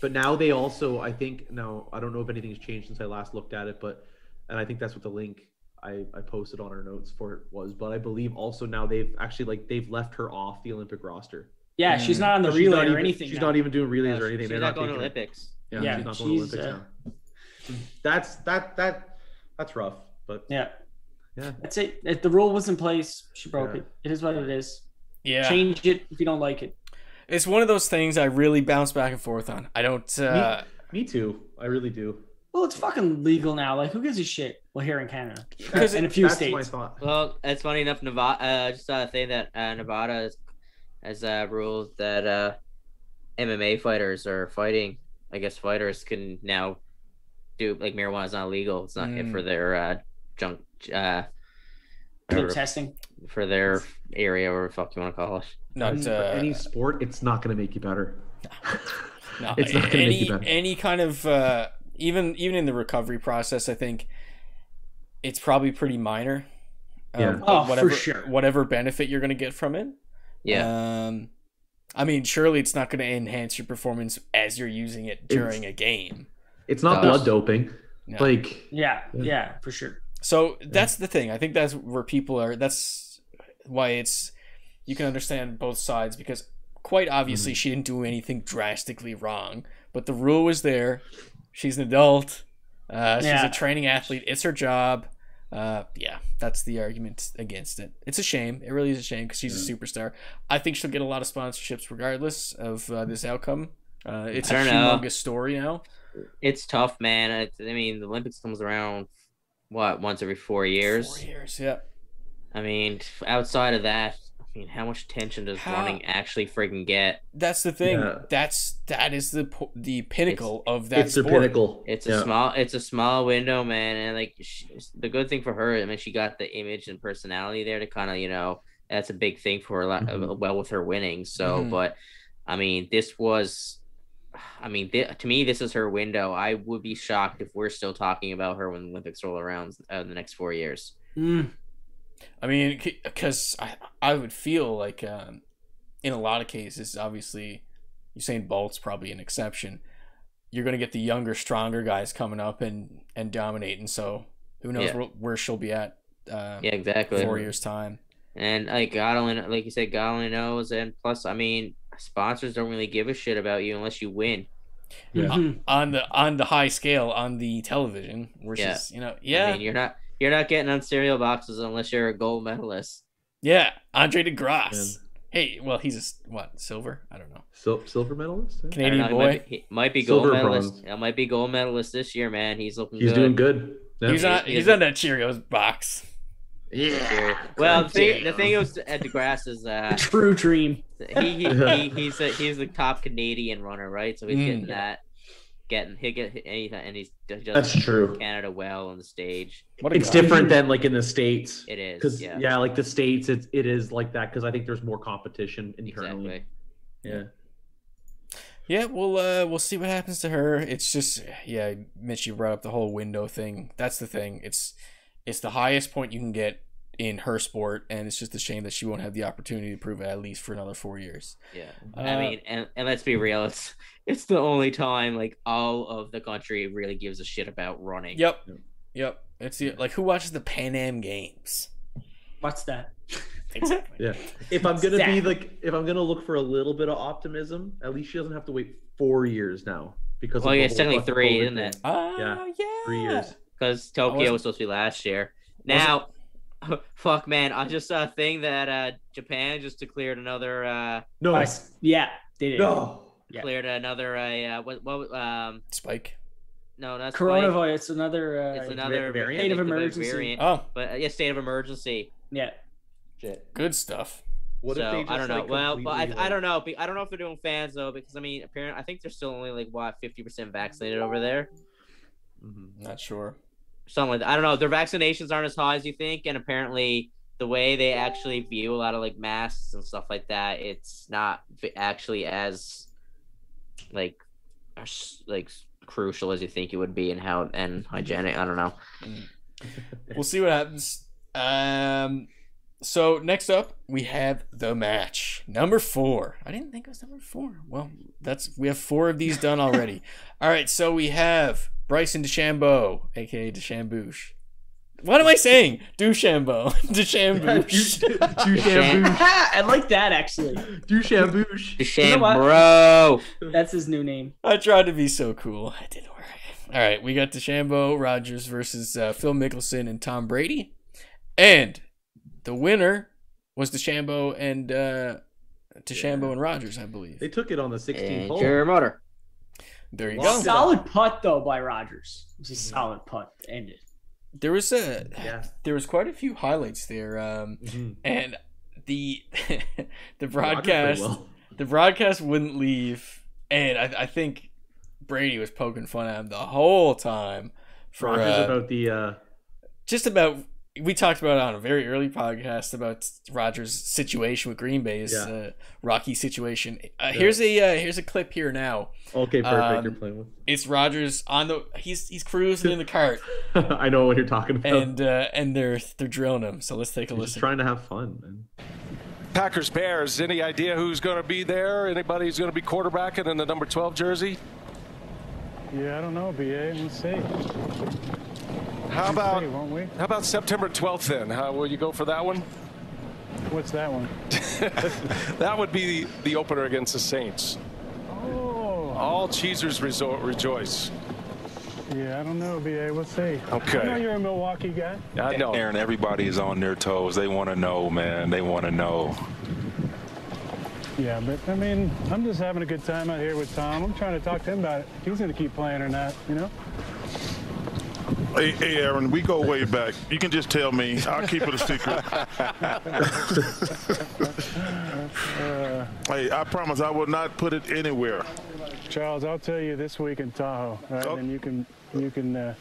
but now they also, I think, now I don't know if anything's changed since I last looked at it, but and I think that's what the link I, I posted on our notes for it was. But I believe also now they've actually like they've left her off the Olympic roster.
Yeah, she's not on the
So Mm. she's
relay
not
or
even-
anything.
She's
now.
not even doing relays or
She's
anything. They're
not going to
taking her.
Olympics.
Yeah,
Yeah,
she's not going to
she's,
Olympics
uh,
now. That's that that that's rough, but
Yeah.
Yeah.
That's it. If the rule was in place, she broke
Yeah.
it. It is what it is.
Yeah,
Change it if you don't like it.
it's one of those things I really bounce back and forth on. I don't. Uh,
me too. I really do.
Well, it's fucking legal now. Like, who gives a shit? Well, here in Canada,
Because
in a few
That's my
states.
thought.
Well, it's funny enough. Nevada, uh, just saw a thing that uh, Nevada is, has uh, rules that uh, MMA fighters are fighting. I guess fighters can now do like marijuana is not legal. It's not good
Mm.
for their uh, junk, uh,
Drug
or
testing.
for their area or fuck you want to call it.
not
For
uh,
any sport, it's not going to make you better.
No,
It's not gonna
any,
make you better.
Any kind of uh, even even in the recovery process, I think it's probably pretty minor. um,
Yeah.
Oh, for
whatever,
sure.
Whatever benefit you're going to get from it.
Yeah,
Um, I mean, surely it's not going to enhance your performance as you're using it during a game.
It's not
No.
blood doping.
No.
Like
Yeah,
Yeah.
yeah, for sure.
So that's the thing. I think that's where people are. That's why it's you can understand both sides because quite obviously she didn't do anything drastically wrong, but the rule was there. She's an adult. Uh, she's
Yeah.
a training athlete. It's her job. Uh, yeah, that's the argument against it. It's a shame. It really is a shame because she's a superstar. I think she'll get a lot of sponsorships regardless of uh, this outcome. Uh, it's a
I don't know.
humongous story now.
It's tough, man. It's- I mean, the Olympics comes around what once every four years.
Four years, yeah.
I mean, outside of that, I mean, how much attention does
How-
running actually freaking get?
That's the thing.
Yeah.
That's that is the po- the pinnacle of that.
it's their
sport.
pinnacle.
It's a
Yeah.
small, it's a small window, man. And like she, the good thing for her, I mean, she got the image and personality there to kind of, you know, that's a big thing for her. like,
Mm-hmm.
Mhm.
Well, with her winning, so,
Mhm.
but I mean, this was, I mean, thi- to me, this is her window. I would be shocked if we're still talking about her when the Olympics roll around uh, in the next four years.
Mm,
I mean, because I I would feel like um, in a lot of cases, obviously, Usain Bolt's probably an exception. You're gonna get the younger, stronger guys coming up and and dominating. So who knows
Yeah.
where, where she'll be at? Uh,
Yeah, exactly.
Four years time.
And like God only, like you said, God only knows. And plus, I mean, sponsors don't really give a shit about you unless you win.
Yeah.
Mhm.
on the on the high scale on the television versus you know yeah
I mean, you're not you're not getting on cereal boxes unless you're a gold medalist.
yeah Andre DeGrasse. Hey, well he's a s- what silver? I don't know
Sil- silver medalist. Yeah.
I don't
Canadian
know, he
boy.
might be, he might be gold
Silver
medalist.
bronze.
It might be gold medalist this year, man. He's looking.
He's
good.
doing good. Yeah.
he's on
he
he's
is-
on that Cheerios box.
Sure. Well, the thing, the thing is, at DeGrasse is uh,
True dream.
he, he, he he's a, he's the top Canadian runner, right? So he's
Mm.
getting that, getting he get anything, and he's does
That's true.
Canada well on the stage.
What a
It's
guy.
different than like in the states.
It is
Because
yeah.
yeah. like the states, it's it is like that. Because I think there's more competition internally.
Exactly.
Yeah.
Yeah, we'll uh, we'll see what happens to her. It's just yeah, Mitch, you brought up the whole window thing. That's the thing. It's it's the highest point you can get in her sport, and it's just a shame that she won't have the opportunity to prove it at least for another four years.
Yeah.
Uh,
I mean, and, and let's be real, it's it's the only time like all of the country really gives a shit about running.
Yep, yep. It's the, like who watches the Pan Am Games?
What's that?
Exactly.
Yeah. If I'm gonna
Exactly.
be like, if I'm gonna look for a little bit of optimism, at least she doesn't have to wait four years now because.
Well,
of the
yeah, it's
whole
technically
fucking
three,
COVID
isn't it?
thing.
Oh yeah.
Yeah, Three years.
Because Tokyo was supposed to be last year. Now, fuck man, I just saw a thing that uh Japan just declared another uh
No.
Us- yeah, they did.
Oh. No.
Yeah.
declared another uh, uh what what um
Spike.
no that's
Coronavirus, another. Uh,
It's another
variant?
they
State of
declared
emergency.
variant.
Oh,
But uh, yeah, state of emergency.
yeah.
Shit.
good stuff.
What
so
if they just,
I don't know.
Like,
well, but I,
completely,
I
like-
don't know. Be- I don't know if they're doing fans though, because I mean, apparently, I think they're still only like what fifty percent vaccinated over there.
Not sure.
Something like that. I don't know. Their vaccinations aren't as high as you think, and apparently, the way they actually view a lot of like masks and stuff like that, it's not v- actually as like as, like crucial as you think it would be, and how and hygienic. I don't know.
We'll see what happens. Um, so next up we have the match number four. I didn't think it was number four. Well, that's we have four of these done already. All right, so we have Bryson DeChambeau, aka DeChambouche. What am I saying? Duchambeau, DeChambouche.
Douchambouche.
I like that actually.
Douchambouche.
Shame,
what?
bro.
That's his new name.
I tried to be so cool. It didn't work. All right, we got DeChambeau Rogers versus uh, Phil Mickelson and Tom Brady, and the winner was DeChambeau and uh, DeChambeau and Rogers, I believe.
They took it on the 16th
And
hole.
your motor.
There you
Lost
go.
it.
Solid putt though by Rogers. It was a solid putt to end it.
There was a
Yeah.
there was quite a few highlights there, um,
Mhm.
and the
Roger
the
played
broadcast
well.
the broadcast wouldn't leave, and I, I think Brady was poking fun at him the whole time for
Rogers
uh,
about the uh,
just about we talked about it on a very early podcast about Rogers' situation with Green Bay's
Yeah.
uh, rocky situation. Uh, Here's a uh, here's a clip here now.
Okay, perfect.
Um,
you're playing with.
It's Rogers on the he's he's cruising in the cart
I know what you're talking about.
and uh, and they're they're drilling him. So let's take a
Oh. He's just
listen.
trying to have fun, man.
Packers Bears. Any idea who's going to be there? Anybody who's going to be quarterbacking in the number 12 jersey?
Yeah, I don't know, BA. We'll see.
How about
Hey, won't we?
how about September 12th then? How will you go for that one?
What's that one?
That would be the, the opener against the Saints.
Oh,
All cheesers resort rejoice.
Yeah, I don't know, BA. We'll see.
Okay.
I know you're a Milwaukee guy.
I know. Aaron, everybody is on their toes. They want to know, man. They want to know.
Yeah, but I mean, I'm just having a good time out here with Tom. I'm trying to talk to him about it. If he's going to keep playing or not, you know?
Hey, hey, Aaron, we go way back. You can just tell me. I'll keep it a secret. hey, I promise I will not put it anywhere.
Charles, I'll tell you this week in Tahoe, all
Oh.
right? And you can, you can. Uh,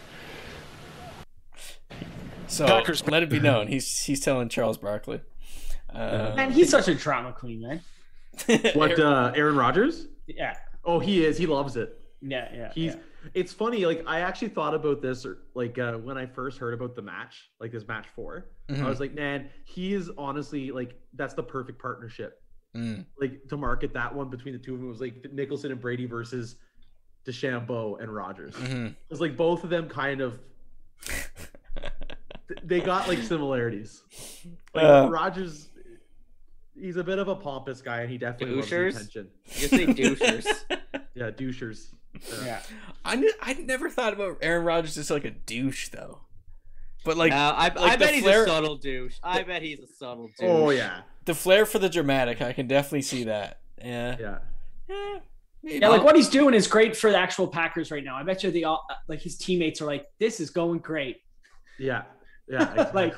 So
Packers-
let it be known he's he's telling Charles Barkley. Uh,
Man, he's such a drama queen, man.
What, uh, Aaron Rodgers?
Yeah.
Oh, he is. He loves it.
Yeah, yeah.
He's. It's funny. Like I actually thought about this, or, like uh, when I first heard about the match, like this match 4 I
Mm-hmm.
Mhm.
was like, man, he is honestly like that's the perfect partnership.
Mm.
Like to market that one between the two of them was like Nicholson and Brady versus DeChambeau and Rogers.
Mhm.
It's like both of them kind of they got like similarities. Like
Uh.
Rogers, he's a bit of a pompous guy, and he definitely
Douchers?
loves the attention.
You say douchers.
yeah, douchers. Uh,
Yeah.
I kn- I never thought about Aaron Rodgers as like a douche though, but like
No, Uh, I,
like
I
the
bet he's
flair-
a subtle douche. I bet he's a subtle
oh,
douche.
the flair for the dramatic. I can definitely see that. Yeah,
yeah.
Yeah, like what he's doing is great for the actual Packers right now. I bet you the all like his teammates are like, "This is going great."
Yeah. Yeah.
like,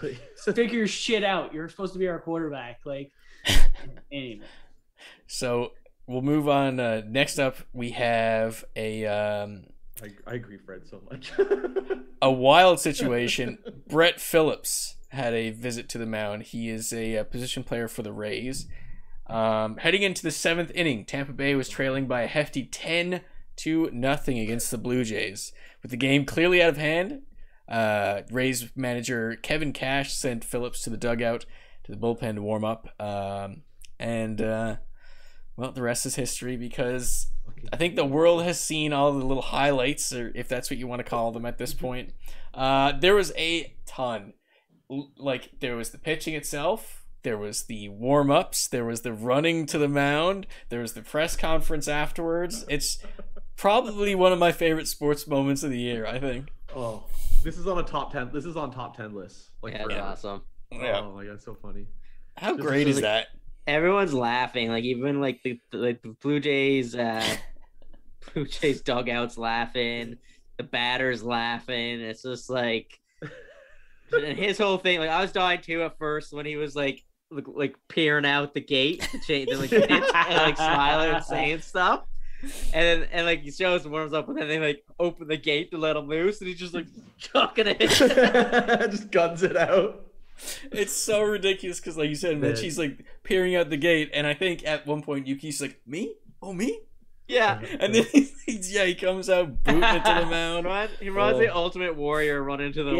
figure your shit out. You're supposed to be our quarterback. Like, anyway.
So we'll move on. Uh, next up, we have a um,
I, I agree, Fred, so much.
a wild situation. Brett Phillips had a visit to the mound. He is a, uh position player for the Rays. Um, heading into the seventh inning, Tampa Bay was trailing by a hefty 10 to nothing against the Blue Jays. With the game clearly out of hand, uh, Rays manager Kevin Cash sent Phillips to the dugout, to the bullpen to warm up. Um, and, uh, well, the rest is history because I think the world has seen all the little highlights, or if that's what you want to call them at this point. Uh, there was a ton. L- Like, there was the pitching itself, there was the warm ups, there was the running to the mound, there was the press conference afterwards. It's probably one of my favorite sports moments of the year, I think.
Oh, this is on a top ten. This is on top ten lists. Like
Yeah, that's
forever.
awesome.
Yeah.
Oh my god, so funny.
How
This
great
just
is
like-
that?
Everyone's laughing. Like even like the the- like the Blue Jays, uh, Blue Jays dugouts laughing. The batters laughing. It's just like and his whole thing. Like I was dying too at first when he was like like, like peering out the gate, to change, like, and, like smiling and saying stuff. And then, and like he shows warms up, and then they like open the gate to let him loose, and he's just like chucking it,
just guns it out.
It's so ridiculous because, like you said, Mitch,
Man.
he's like peering out the gate, and I think at one point Yuki's like, "Me? Oh, me?"
Yeah,
and then he's, yeah, he comes out booting it to the mound.
Ryan- He reminds me of
Oh.
Ultimate Warrior run into the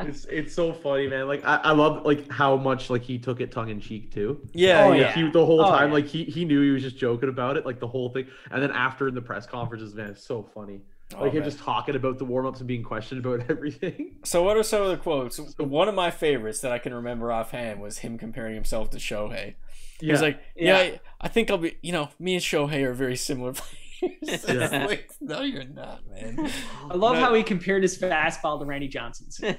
it's it's so funny, man. Like I, I love like how much like he took it tongue in cheek too.
Yeah,
Like,
yeah.
He, the whole
Oh,
time,
yeah.
like he, he knew he was just joking about it, like the whole thing. And then after in the press conferences, man, it's so funny.
Oh,
Like him
man.
just talking about the warm ups and being questioned about everything.
So what are some of the quotes? One of my favorites that I can remember offhand was him comparing himself to Shohei. He was
Yeah.
like, "Yeah,
Yeah.
I, I think I'll be. You know, me and Shohei are very similar players."
Yeah.
Like, no, you're not, man.
I love
No.
how he compared his fastball to Randy Johnson's.
yeah,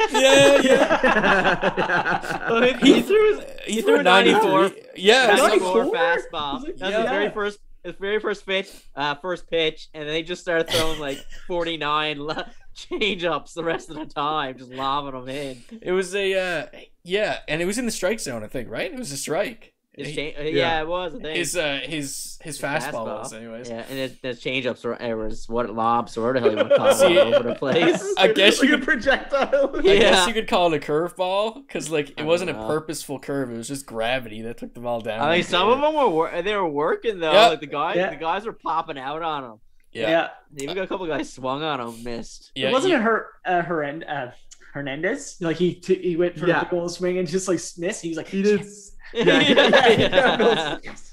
yeah. he threw he threw ninety four. Yeah,
94
so-
fastball. That's
Yeah.
his very first, his very first pitch, uh, first pitch, and they just started throwing like forty nine le- change ups the rest of the time, just lobbing them in.
It was a uh, yeah, and it was in the strike zone, I think. Right? It was a strike.
His
He-
cha- yeah. it was. I think.
His uh, his his fastball, was anyways.
Yeah, and his, his change ups were it was what lobs or whatever the hell
See,
you want to call them, all over the place.
I guess you could
projectile.
I guess
Yeah.
you could call it a curveball because like it
I
wasn't a
dunno.
purposeful curve; it was just gravity that took the ball down.
I mean, some of them were wor- they were working though.
Yeah.
Like the guys,
Yeah.
the guys were popping out on him.
Yeah. Yeah.
even got a couple guys swung on him, missed.
It wasn't it her uh, Heren- uh, Hernandez? Like he t- he went for
Yeah.
a goal swing and just like missed. He was like, he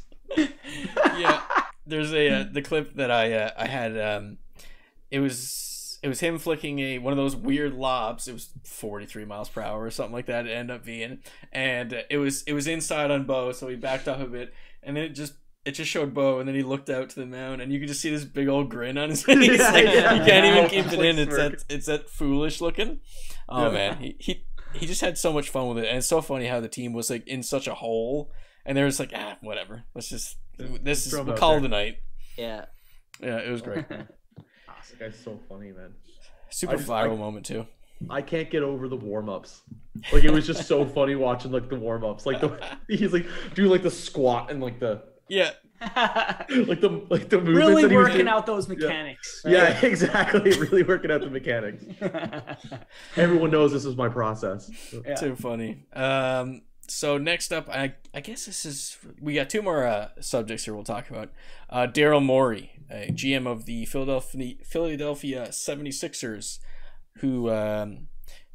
yeah. There's a uh, the clip that I uh, I had. Um, it was it was him flicking a one of those weird lobs. It was 43 miles per hour or something like that. It ended up being, and uh, it was it was inside on Bo, so he backed up a bit, and then it just it just showed Bo, and then he looked out to the mound, and you could just see this big old grin on his face.
Yeah,
like,
yeah.
You can't even
Yeah.
keep it
Like
in. It's
smirk.
that it's that foolish looking. Oh
Yeah.
man, he, he he just had so much fun with it, and it's so funny how the team was like in such a hole, and they were just like, ah, whatever. Let's just this is
Throw 'em
we'll
out
call
there.
it a night.
Yeah.
Yeah, it was great. man.
That guy's so funny, man.
Super
I just-
viral
I-
moment too.
I can't get over the warm ups. Like it was just so funny watching like the warm ups. Like the, he's like do like the squat and like the
Yeah.
like the like the movements
really
that he was
working
doing.
out those mechanics.
Yeah,
right?
exactly. Really working out the mechanics. Everyone knows this is my process.
Too funny. Um, so next up, I I guess this is we got two more uh, subjects here we'll talk about. Uh, Daryl Morey, a GM of the Philadelphia Philadelphia 76ers, who um,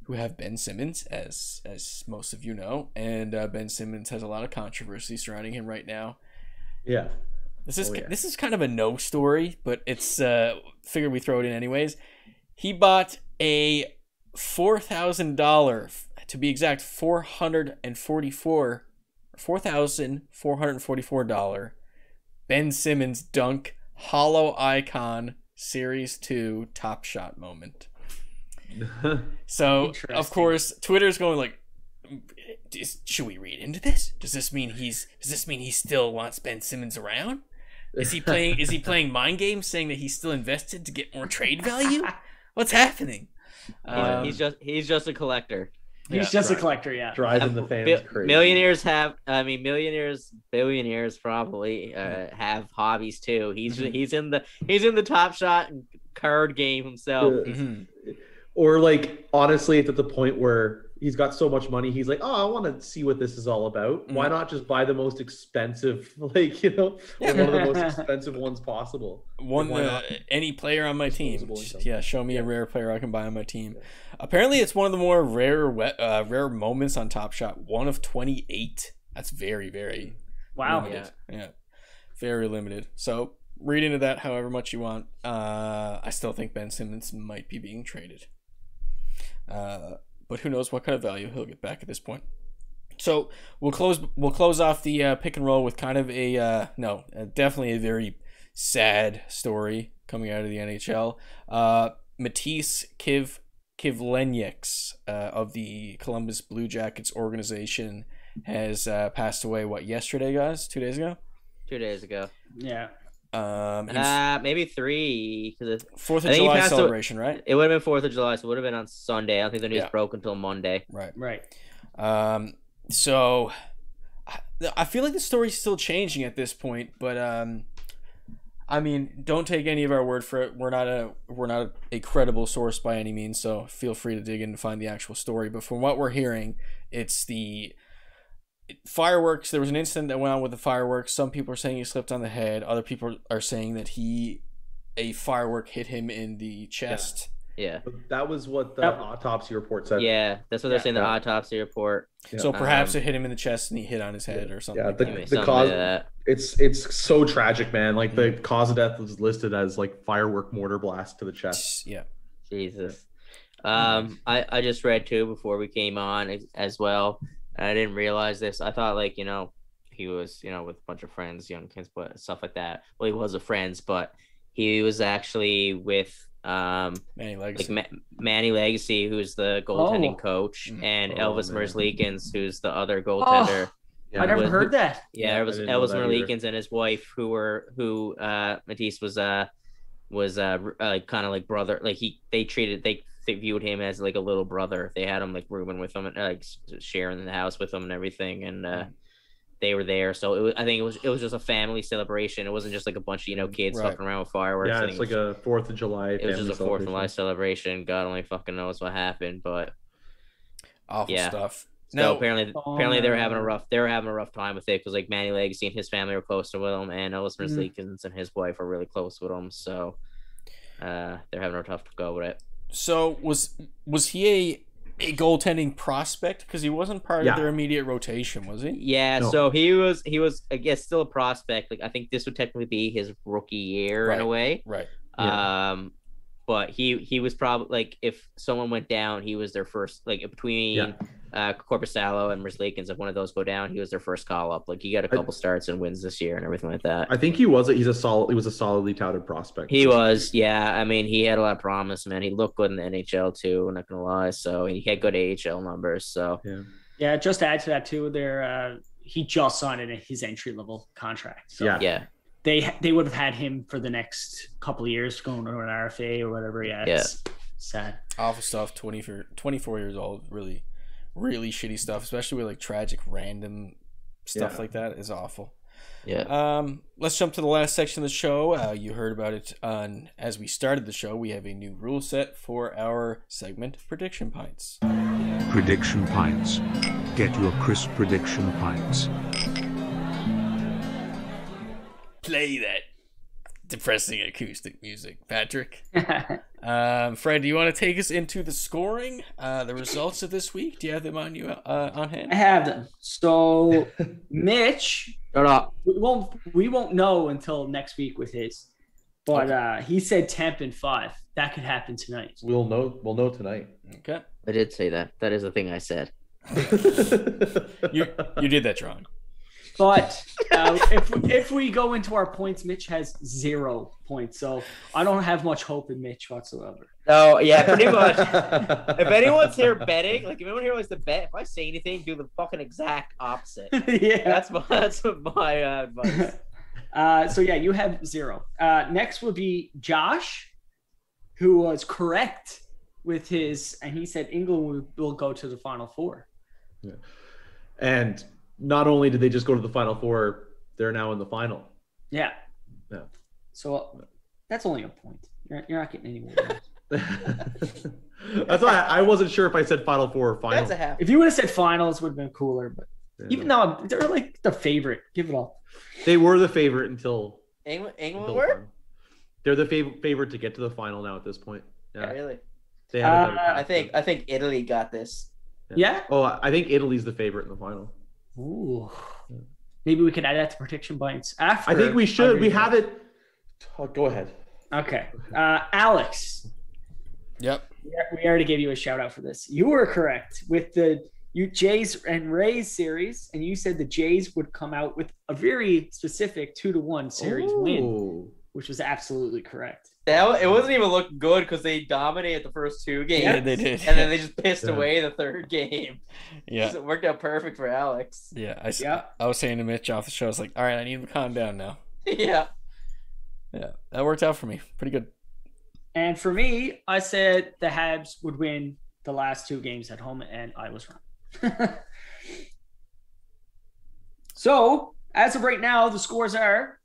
who have Ben Simmons as as most of you know, and uh, Ben Simmons has a lot of controversy surrounding him right now.
Yeah.
This is
Oh, yeah.
this is kind of a no story, but it's uh figured we throw it in anyways. He bought a four thousand dollar to be exact, four hundred and forty four four thousand four hundred and forty four dollar Ben Simmons dunk hollow icon series two top shot moment. So of
Interesting.
course Twitter's going like is, should we read into this? Does this mean he's does this mean he still wants Ben Simmons around? Is he playing is he playing mind games saying that he's still invested to get more trade value? What's happening?
He's, he's
Um,
just he's just a collector.
He's just a collector, yeah.
Driving the fans
Bi-
crazy.
Millionaires have, I mean, millionaires, billionaires probably uh, have hobbies too. He's
Mhm.
he's in the he's in the top shot and card game himself.
Mm-hmm.
Yeah. Or like honestly, it's at the point where he's got so much money, he's like, "Oh, I want to see what this is all about. Why not just buy the most expensive, like you know, or one of the most expensive ones possible?
one
Why
uh,
not?
any player on my team.
Disposable income.
Yeah, show me a rare player I can buy on my team. Apparently, it's one of the more rare we- uh, rare moments on Top Shot. One of twenty eight. That's very very
Wow.
limited. Yeah. very limited. So read into that however much you want. Uh, I still think Ben Simmons might be being traded, uh, but who knows what kind of value he'll get back at this point. So we'll close we'll close off the uh, pick and roll with kind of a uh, no uh, definitely a very sad story coming out of the NHL. Uh, Matisse Kiv Kivlenyx uh, of the Columbus Blue Jackets organization has uh, passed away. What yesterday, guys? Two days ago.
Two days ago,
Yeah.
Um, he was-
uh, maybe three because
Fourth of July celebration, right?
It would have been Fourth of July, so it would have been on Sunday. I don't think the news
Yeah.
broke until Monday.
Right.
Right.
Um, so I, I feel like the story's still changing at this point, but um, I mean, don't take any of our word for it. We're not a we're not a credible source by any means, so feel free to dig in and find the actual story. But from what we're hearing, it's the fireworks. There was an incident that went on with the fireworks. Some people are saying he slipped on the head. Other people are saying that he a firework hit him in the chest.
Yeah.
But that was what the
Yep.
autopsy report said.
Yeah, that's what they're
Yeah.
saying. The
Yeah.
autopsy report.
So perhaps
Um,
it hit him in the chest and he hit on his head or something.
Yeah,
like
the,
that.
the cause it's it's so tragic, man. Like
Mm.
the cause of death was listed as like firework mortar blast to the chest.
Yeah.
Jesus. Um, I, I just read too before we came on as, as well. And I didn't realize this. I thought like, you know, he was, you know, with a bunch of friends, young kids, but stuff like that. Well, he was a friends, but he was actually with um
Manny
Legacy, like Ma- Manny Legacy, who's the goaltending coach, and Elvis Merzlikins, who's the other goaltender.
I never
Was-
heard that.
Yeah, it was
I didn't know
Elvis
that either.
Merlikins and his wife, who were who uh Matisse was uh was uh, r- uh kind of like brother. Like he they treated they they viewed him as like a little brother. They had him like rooming with them and like s- sharing the house with them and everything, and uh they were there. So it was, I think it was it was just a family celebration. It wasn't just like a bunch of you know kids
Right.
fucking around with fireworks. I
Yeah,
think
it's
it was-
like a Fourth of July.
it was just a
family
Fourth of
celebration.
July celebration. God only fucking knows what happened, but
Awful
yeah.
stuff.
So
Now-
apparently,
Oh,
apparently they were
no.
having a rough they were having a rough time with it because like Manny Legacy and his family were close to him, and Elvis
Mhm.
Merzlikins and his wife are really close with him. So uh, they're having a tough go with it.
So was was he a, a goaltending prospect? Because he wasn't part
Yeah.
of their immediate rotation, was he?
Yeah, so he was he was I guess still a prospect. Like I think this would technically be his rookie year in a
Right,
way.
Right.
Um but he he was probably like if someone went down, he was their first like between
Yeah.
uh, Corpusalo and Merzlikins, if one of those go down, he was their first call up. Like he got a couple starts and wins this year and everything like that.
I think he was. He's a solid. He was a solidly touted prospect.
He was, yeah. I mean, he had a lot of promise, man. He looked good in the NHL too. I'm not gonna lie. So he had good AHL numbers. So
yeah,
Yeah, just to add to that too, there uh, he just signed in his entry level contract. So
yeah.
they they would have had him for the next couple of years going to an RFA or whatever. Yeah, it's sad.
Awful stuff. 20 for 24 years old. Really, really shitty stuff, especially with like tragic, random stuff
Yeah.
like that is awful.
Yeah.
Um, let's jump to the last section of the show. Uh, you heard about it on as we started the show. We have a new rule set for our segment prediction pints.
Prediction Pints. Get your crisp prediction pints.
Play that depressing acoustic music, Patrick. um, Fred, do you want to take us into the scoring, uh, the results of this week? Do you have them on you uh, on hand?
I have them. So Mitch, we won't we won't know until next week with his. But uh, he said temp and five. That could happen tonight.
We'll know. We'll know tonight.
Okay.
I did say that. That is the thing I said.
you you did that wrong.
But uh, if if we go into our points, Mitch has zero points. So I don't have much hope in Mitch whatsoever.
No, yeah, pretty much. if anyone's here betting, like if anyone here wants to bet, if I say anything, do the fucking exact opposite.
Yeah.
that's my that's my uh, advice.
Uh, so yeah, you have zero. Uh, next would be Josh, who was correct with his, and he said England will, will go to the final four.
And not only did they just go to the final four, they're now in the final.
Yeah.
Yeah.
So that's only a point. You're, you're not getting anywhere.
That's why I, I wasn't sure if I said final four or final.
half.
If you would have said finals, would have been cooler. But even though I'm- they're like the favorite, give it up.
They were the favorite until
England, England
until
were
they're the fav- favorite to get to the final now at this point. Yeah, Uh,
really.
they had a better
I think I think Italy got this.
Yeah.
Oh, I I think Italy's the favorite in the final.
Ooh. Maybe we could add that to prediction bites after.
I think we should. We
Hungary.
have it. Oh, go ahead.
Okay. Uh, Alex.
Yep.
We already gave you a shout out for this. You were correct with the you Jays and Rays series, and you said the Jays would come out with a very specific two to one series win, which was absolutely correct.
That it wasn't even looking good because they dominated the first two games.
Yeah, they did.
and then they just pissed
Yeah.
away the third game.
Yeah.
So it worked out perfect for Alex.
Yeah, I, s- I was saying to Mitch off the show, I was like, all right, I need him to calm down now.
yeah.
Yeah, that worked out for me. Pretty good.
And for me, I said the Habs would win the last two games at home, and I was wrong. so, as of right now, the scores are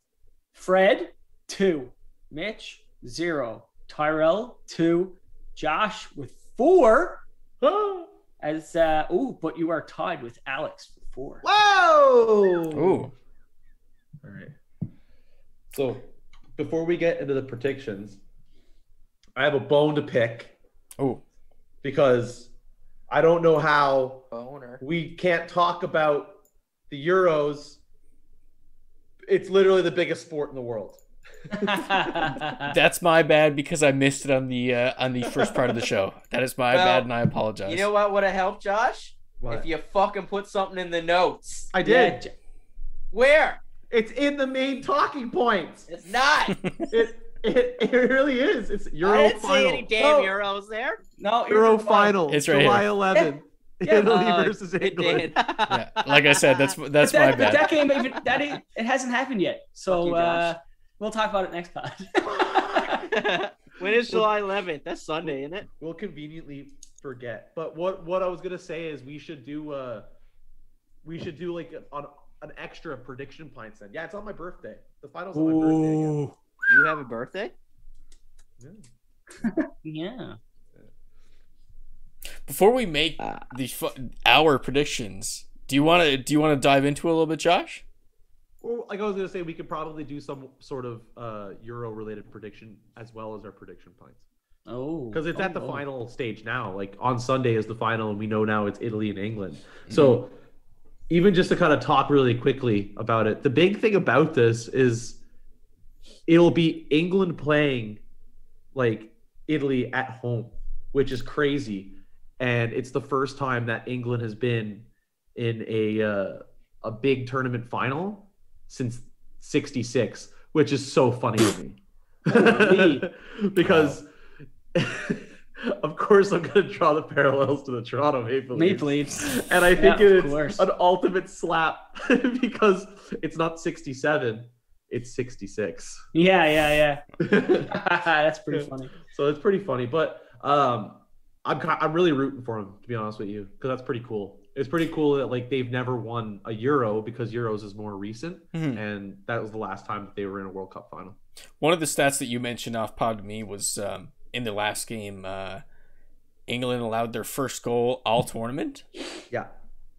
Fred, two, Mitch, zero, Tyrell, two, Josh with four. As uh, oh, but you are tied with Alex with four.
Whoa!
Ooh.
All right. So before we get into the predictions, I have a bone to pick.
Oh.
Because I don't know how
Boner.
we can't talk about the Euros. It's literally the biggest sport in the world.
That's my bad because I missed it on the uh, on the first part of the show. That is my
Well,
bad, and I apologize.
You know what would have helped, Josh?
What?
If you fucking put something in the notes.
I did.
Where?
It's in the main talking points.
It's not.
it, it it really is. It's Euro
I didn't
final.
see any damn
No,
Euros there.
No,
Euro final.
It's right
July
here.
11.
Yeah.
Italy
Oh,
versus
it
England.
did.
like I said, that's that's
But that,
my
but
bad.
that game, even, that ain't, it hasn't happened yet. So
you,
uh,
Josh.
we'll talk about it next pod.
When is July 11th? That's Sunday, isn't it?
We'll conveniently forget. But what what I was gonna say is we should do uh we should do like an an extra prediction pints then. Yeah, it's on my birthday. The finals on my birthday. again.
You have a birthday?
yeah.
Before we make
Uh,
the fu- our predictions, do you want to do you want to dive into it a little bit, Josh?
Or like I was gonna say, we could probably do some sort of uh Euro related prediction as well as our prediction pints.
Oh,
because it's
oh,
at the
oh.
final stage now. Like on Sunday is the final, and we know now it's Italy and England. So even just to kind of talk really quickly about it, the big thing about this is it'll be England playing like Italy at home, which is crazy. and it's the first time that England has been in a uh, a big tournament final since '66, which is so funny to me because. Of course, I'm going to draw the parallels to the Toronto Maple Leafs.
Maple Leafs.
And I think
Yeah, of
it's an ultimate slap because it's not 67, it's 66.
Yeah, yeah, yeah. That's pretty funny.
So it's pretty funny, but um, I'm ki- I'm really rooting for them to be honest with you because that's pretty cool. It's pretty cool that like they've never won a Euro because Euros is more recent,
Mm-hmm.
Mhm.
and that was the last time that they were in a World Cup final.
One of the stats that you mentioned off pod to me was um, in the last game, uh, England allowed their first goal all tournament.
Yeah,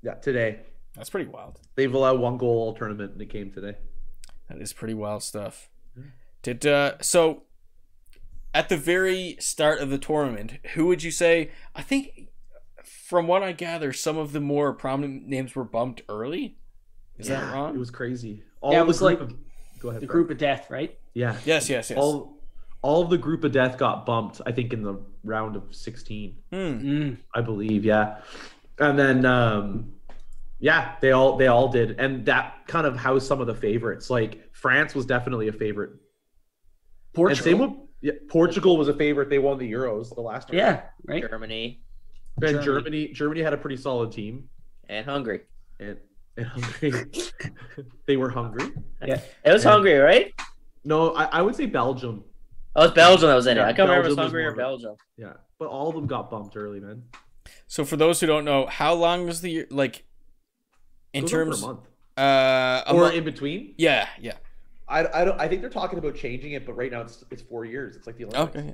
yeah. Today
That's pretty wild.
they've allowed one goal all tournament, and it came today.
That is pretty wild stuff.
Hmm.
Did uh, so at the very start of the tournament, who would you say? I think from what I gather, some of the more prominent names were bumped early. Is that
Yeah,
wrong?
It was crazy. All
yeah,
the
it was
group
like
of- go ahead.
the
Brad.
group of death, right?
Yeah.
Yes, yes, yes.
All all of the group of death got bumped, I think, in the round of sixteen.
Hmm.
Mm.
I believe, yeah. And then um yeah, they all they all did. And that kind of housed some of the favorites. Like France was definitely a favorite. And same with yeah, Portugal was a favorite. They won the Euros the last
Yeah, right.
Germany
And
Germany.
Germany. Germany had a pretty solid team.
and Hungary.
And and Hungary. they were hungry.
Yeah.
It was
Yeah.
Hungary, right?
No, I, I would say Belgium.
Oh, it's Belgium that was in it.
Yeah,
I can't remember if it was
Belgium was
Hungary or
one
Belgium.
Yeah. But all of them got bumped early, man.
So for those who don't know, how long was the year like in
Goes on for a
terms
month.
uh a
or
month-
in between.
Yeah, yeah.
I, I don't I think they're talking about changing it, but right now it's it's four years. It's like the Olympics.
Okay, yeah.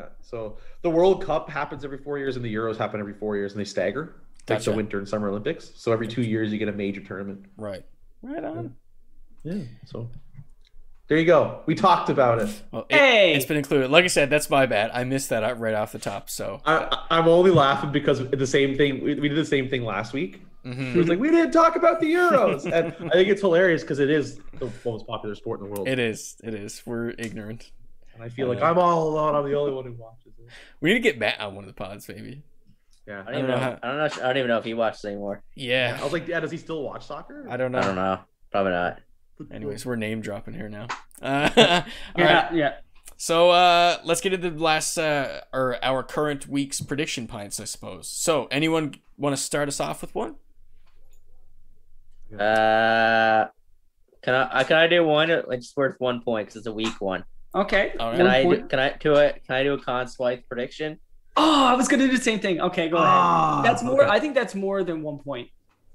Yeah. So the World Cup happens every four years, and the Euros happen every four years, and they stagger. Like
Gotcha.
the Winter and Summer Olympics. So every two years you get a major tournament.
Right. Right on.
Yeah. So there you go. We talked about it.
Well, it,
Hey!
it's been included. Like I said, that's my bad. I missed that out- right off the top. So
I, I'm only laughing because the same thing. We, we did the same thing last week.
Mhm.
It was like we didn't talk about the Euros, and I think it's hilarious because it is the most popular sport in the world.
it is. It is. We're ignorant.
And I feel like I'm all alone. I'm the only one who watches it.
We need to get Matt on one of the pods, maybe.
Yeah.
I don't even know. I don't know. I don't even know if he watched anymore.
Yeah.
I was like, yeah, does he still watch soccer?
I don't know.
I don't know. Probably not.
Anyways, we're name dropping here now. Uh, all
Yeah,
right.
yeah.
So uh, let's get into the last uh, or our current week's prediction pints, I suppose. So anyone want to start us off with one?
Uh, can I? uh, Can I do one? uh, Like, just worth one point because it's a weak one.
Okay.
All right.
Can
One
I? Do,
point.
can I do a? Can I do a Conn Smythe prediction?
Oh, I was gonna do the same thing. Okay, go
Ah,
ahead. That's more.
okay.
I think that's more than one point.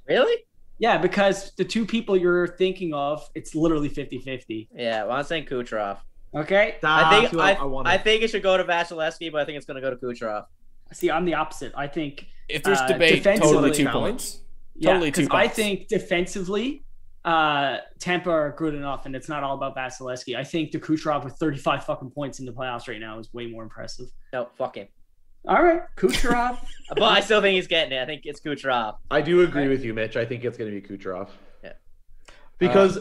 Really?
Yeah, because the two people you're thinking of, it's literally 50-50.
Yeah. Well, I'm saying Kucherov.
Okay.
Ah,
I think.
see,
I,
I wanna-
I, think it should go to Vasilevsky, but I think it's going to go to Kucherov.
See, I'm the opposite. I think
If there's
Uh,
debate, totally
defensively
two
challenge?
points.
yeah,
Totally two
'cause I
points.
think defensively, uh, Tampa are good enough, and it's not all about Vasilevsky. I think the Kucherov with 35 fucking points in the playoffs right now is way more impressive.
No, fuck him.
All right, Kucherov.
But I still think he's getting it. I think it's Kucherov.
I do agree with you, Mitch. I think it's going to be Kucherov.
Yeah.
Because,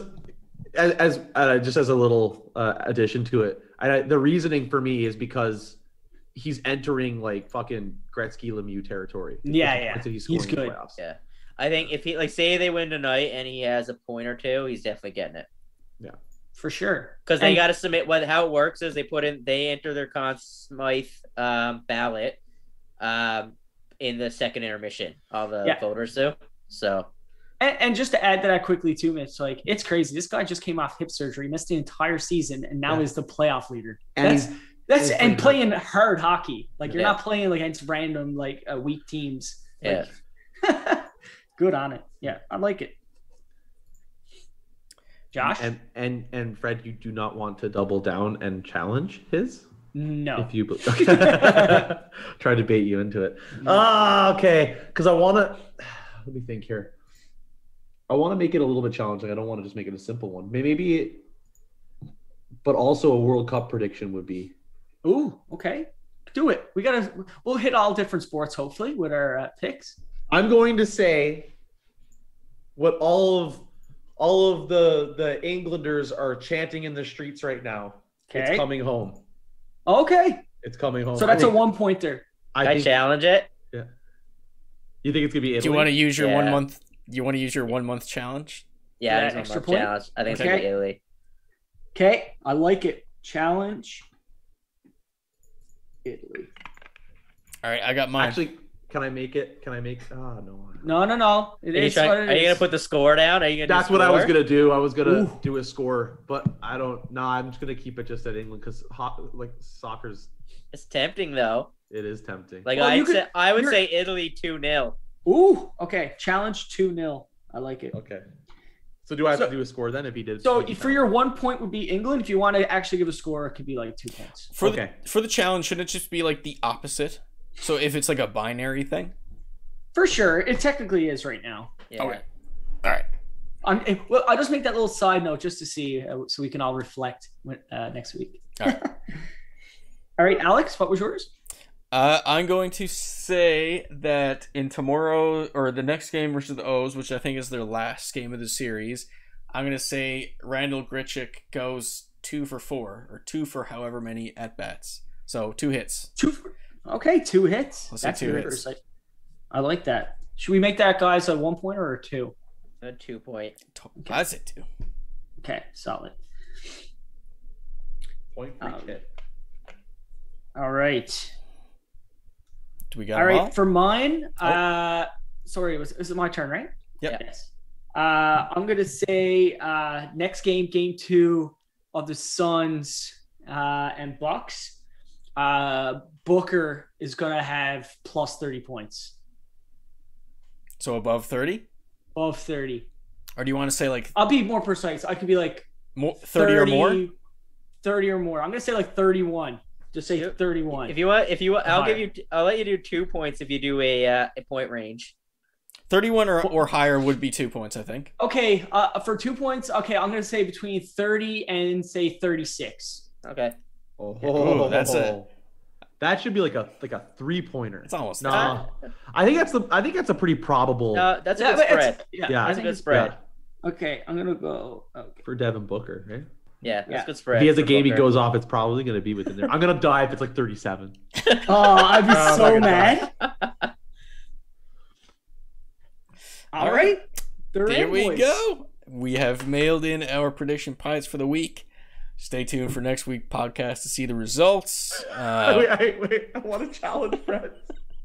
as, as uh, just as a little uh, addition to it, I, the reasoning for me is because he's entering like fucking Gretzky Lemieux territory. With
Yeah,
the
yeah.
points that He's,
He's
scoring in the
good.
playoffs.
Yeah. I think if he like say they win tonight and he has a point or two, he's definitely getting it.
for sure.
Because they
And-
got to submit what how it works is they put in they enter their Conn Smythe um, ballot um, in the second intermission. All the
Yeah.
voters do. So
And, and just to add to that quickly too, Mitch, like it's crazy. This guy just came off hip surgery, missed the entire season, and now
Yeah.
is the playoff leader.
And
that's that's
he's
and
pretty
playing hard hockey. Like you're
Yeah.
not playing like against random like uh, weak teams.
yeah,
Like, good on it. Yeah, I like it. Josh,
And and and Fred, you do not want to double down and challenge his.
no.
If you be- try to bait you into it. Ah, okay. Because I want to. Let me think here. I want to make it a little bit challenging. I don't want to just make it a simple one. May- Maybe, it, but also a World Cup prediction would be.
Ooh, okay. Do it. We gotta. We'll hit all different sports hopefully with our uh, picks.
I'm going to say what all of all of the the Englanders are chanting in the streets right now.
Okay.
It's coming home.
Okay,
It's coming home.
so that's a
Oh,
I think-
one pointer.
I,
I think,
challenge it.
yeah. You think it's gonna be? Italy?
Do you want to use your one
Yeah.
month? You want to use your one month challenge?
Yeah, Yeah, there's one extra month point? challenge. I think it's gonna be Okay.
Italy.
Okay, I like it. Challenge. Italy.
All right, I got mine.
Actually, can I make it? Can I make? Oh no.
No, no, no. It
Are you,
is
trying,
what it
are you gonna
is.
put the score down? Are you gonna? do
That's what I was
score?
gonna do. I was gonna
Ooh.
do a score, but I don't. No, I'm just gonna keep it just at England because like soccer's.
It's tempting though.
It is tempting.
Like
Well,
I'd
you could-
say, I would
you're-
say Italy two 0
Ooh, okay. Challenge 2 0. I like it.
Okay. So do I have to do a score then if he did?
So
would you
for your one point would be England. If you want to actually give a score, it could be like two points.
For the for the challenge, should it just be like the opposite? So if it's like a binary thing.
For sure, it technically is right now.
Okay. All right.
I'm, eh, well, I'll just make that little side note just to see, uh, so we can all reflect when, uh, next week.
All right.
all right, Alex, what was yours?
Uh, I'm going to say that in tomorrow or the next game versus the O's, which I think is their last game of the series, I'm going to say Randall Gritchick goes two for four or two for however many at bats. So two hits.
Two. For, okay, two hits.
Let's say two
yours.
hits.
I, I like that. Should we make that guys a one pointer or a two?
A two point.
That's it two.
Okay, solid.
Point
free kick. All right.
Do we got
all
them
right
all? Oh.
for mine uh sorry was is it my turn right
Yep.
yes uh i'm gonna say uh next game game two of the suns uh and bucks uh booker is gonna have plus 30 points
So above 30?
above 30
Or do you want to say like
i'll be more precise i could be like
more, 30, or more?
30 or more i'm gonna say like 31 just say 31
If you want, if you want, I'll
Higher.
give you. t- I'll let you do two points if you do a uh, a point range.
31 or, or higher would be two points, I think.
okay uh for two points okay i'm gonna say between 30 and say 36
Okay.
Oh,
Ooh, that's it.
That should be like a like a three pointer. It's
almost
no. I think that's the I think that's a pretty probable.
Uh, that's a
Yeah,
good
but it's-
spread.
yeah,
Yeah.
I
that's a
think
good
it's-
spread.
Okay, I'm gonna go. Okay.
for Devin Booker, right?
Yeah, that's
Yeah.
a good spread.
if he has a
for
game, he
Booker.
goes off. It's probably going to be within there. I'm going to die if it's like 37.
Oh, I'd be
Oh my
so
God.
mad. All
All
right, They're
There
in,
we
boys.
go. We have mailed in our prediction pies for the week. Stay tuned for next week podcast to see the results.
Oh,
Uh,
wait, wait. I want to challenge Fred.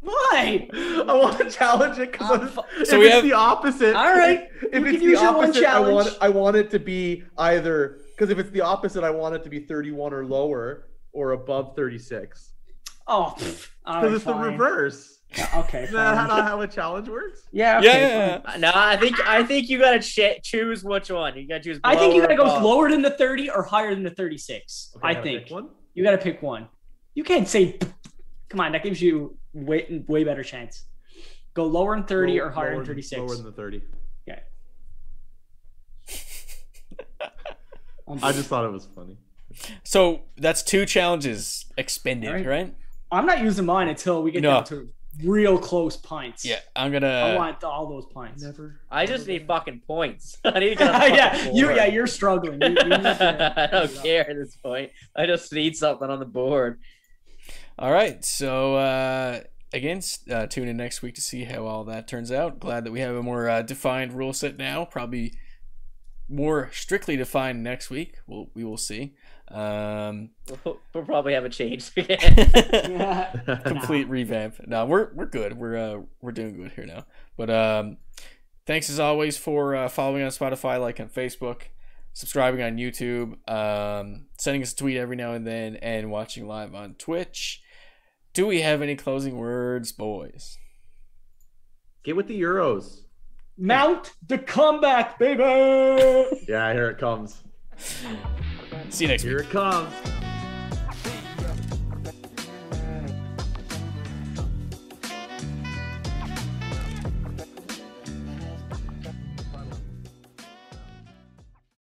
Why?
I want to challenge it because
So we
it's
have-
the opposite.
All right,
If
you can
it's the
use your one
opposite, I want
challenge.
I want it to be either because if it's the opposite, I want it to be 31 or lower or above 36.
Oh, pff, all
Because
right,
it's the
fine.
reverse.
Yeah, Okay.
Isn't that
fine.
not how a challenge works?
Yeah.
yeah,
Okay,
yeah,
fine.
yeah.
Uh, No, I think I think you gotta ch- choose which one. You gotta choose.
I think you
lower
gotta go
above.
lower than the 30 or higher than the 36.
Okay,
I
gotta
think
pick one.
you gotta pick one. You can't say. Come on, that gives you way way better chance. Go lower than 30
Low-
or higher
lower
than 36.
Lower than the 30.
Okay.
I just thought it was funny.
so that's two challenges expended,
All right.
right?
I'm not using mine until we get
No.
down to real close pints.
Yeah, I'm
Uh,
I
gonna.
want all those pints.
Never.
I just need fucking points. I need to get on the
yeah,
fucking
you
board.
yeah, you're struggling. You- you need to-
I don't care at this point. I just need something on the board.
All right, so uh, again, s- uh, tune in next week to see how all that turns out. Glad that we have a more uh, defined rule set now. Probably more strictly defined next week. We'll, we will see. Um,
We'll, we'll probably have a change.
complete revamp. No, we're we're good. We're uh, we're doing good here now. But um, thanks as always for uh, following on Spotify, like on Facebook, subscribing on YouTube, um, sending us a tweet every now and then, and watching live on Twitch. Do we have any closing words, boys?
Get with the Euros.
Mount the comeback, baby.
Yeah, here it comes.
See you next week.
Here it comes.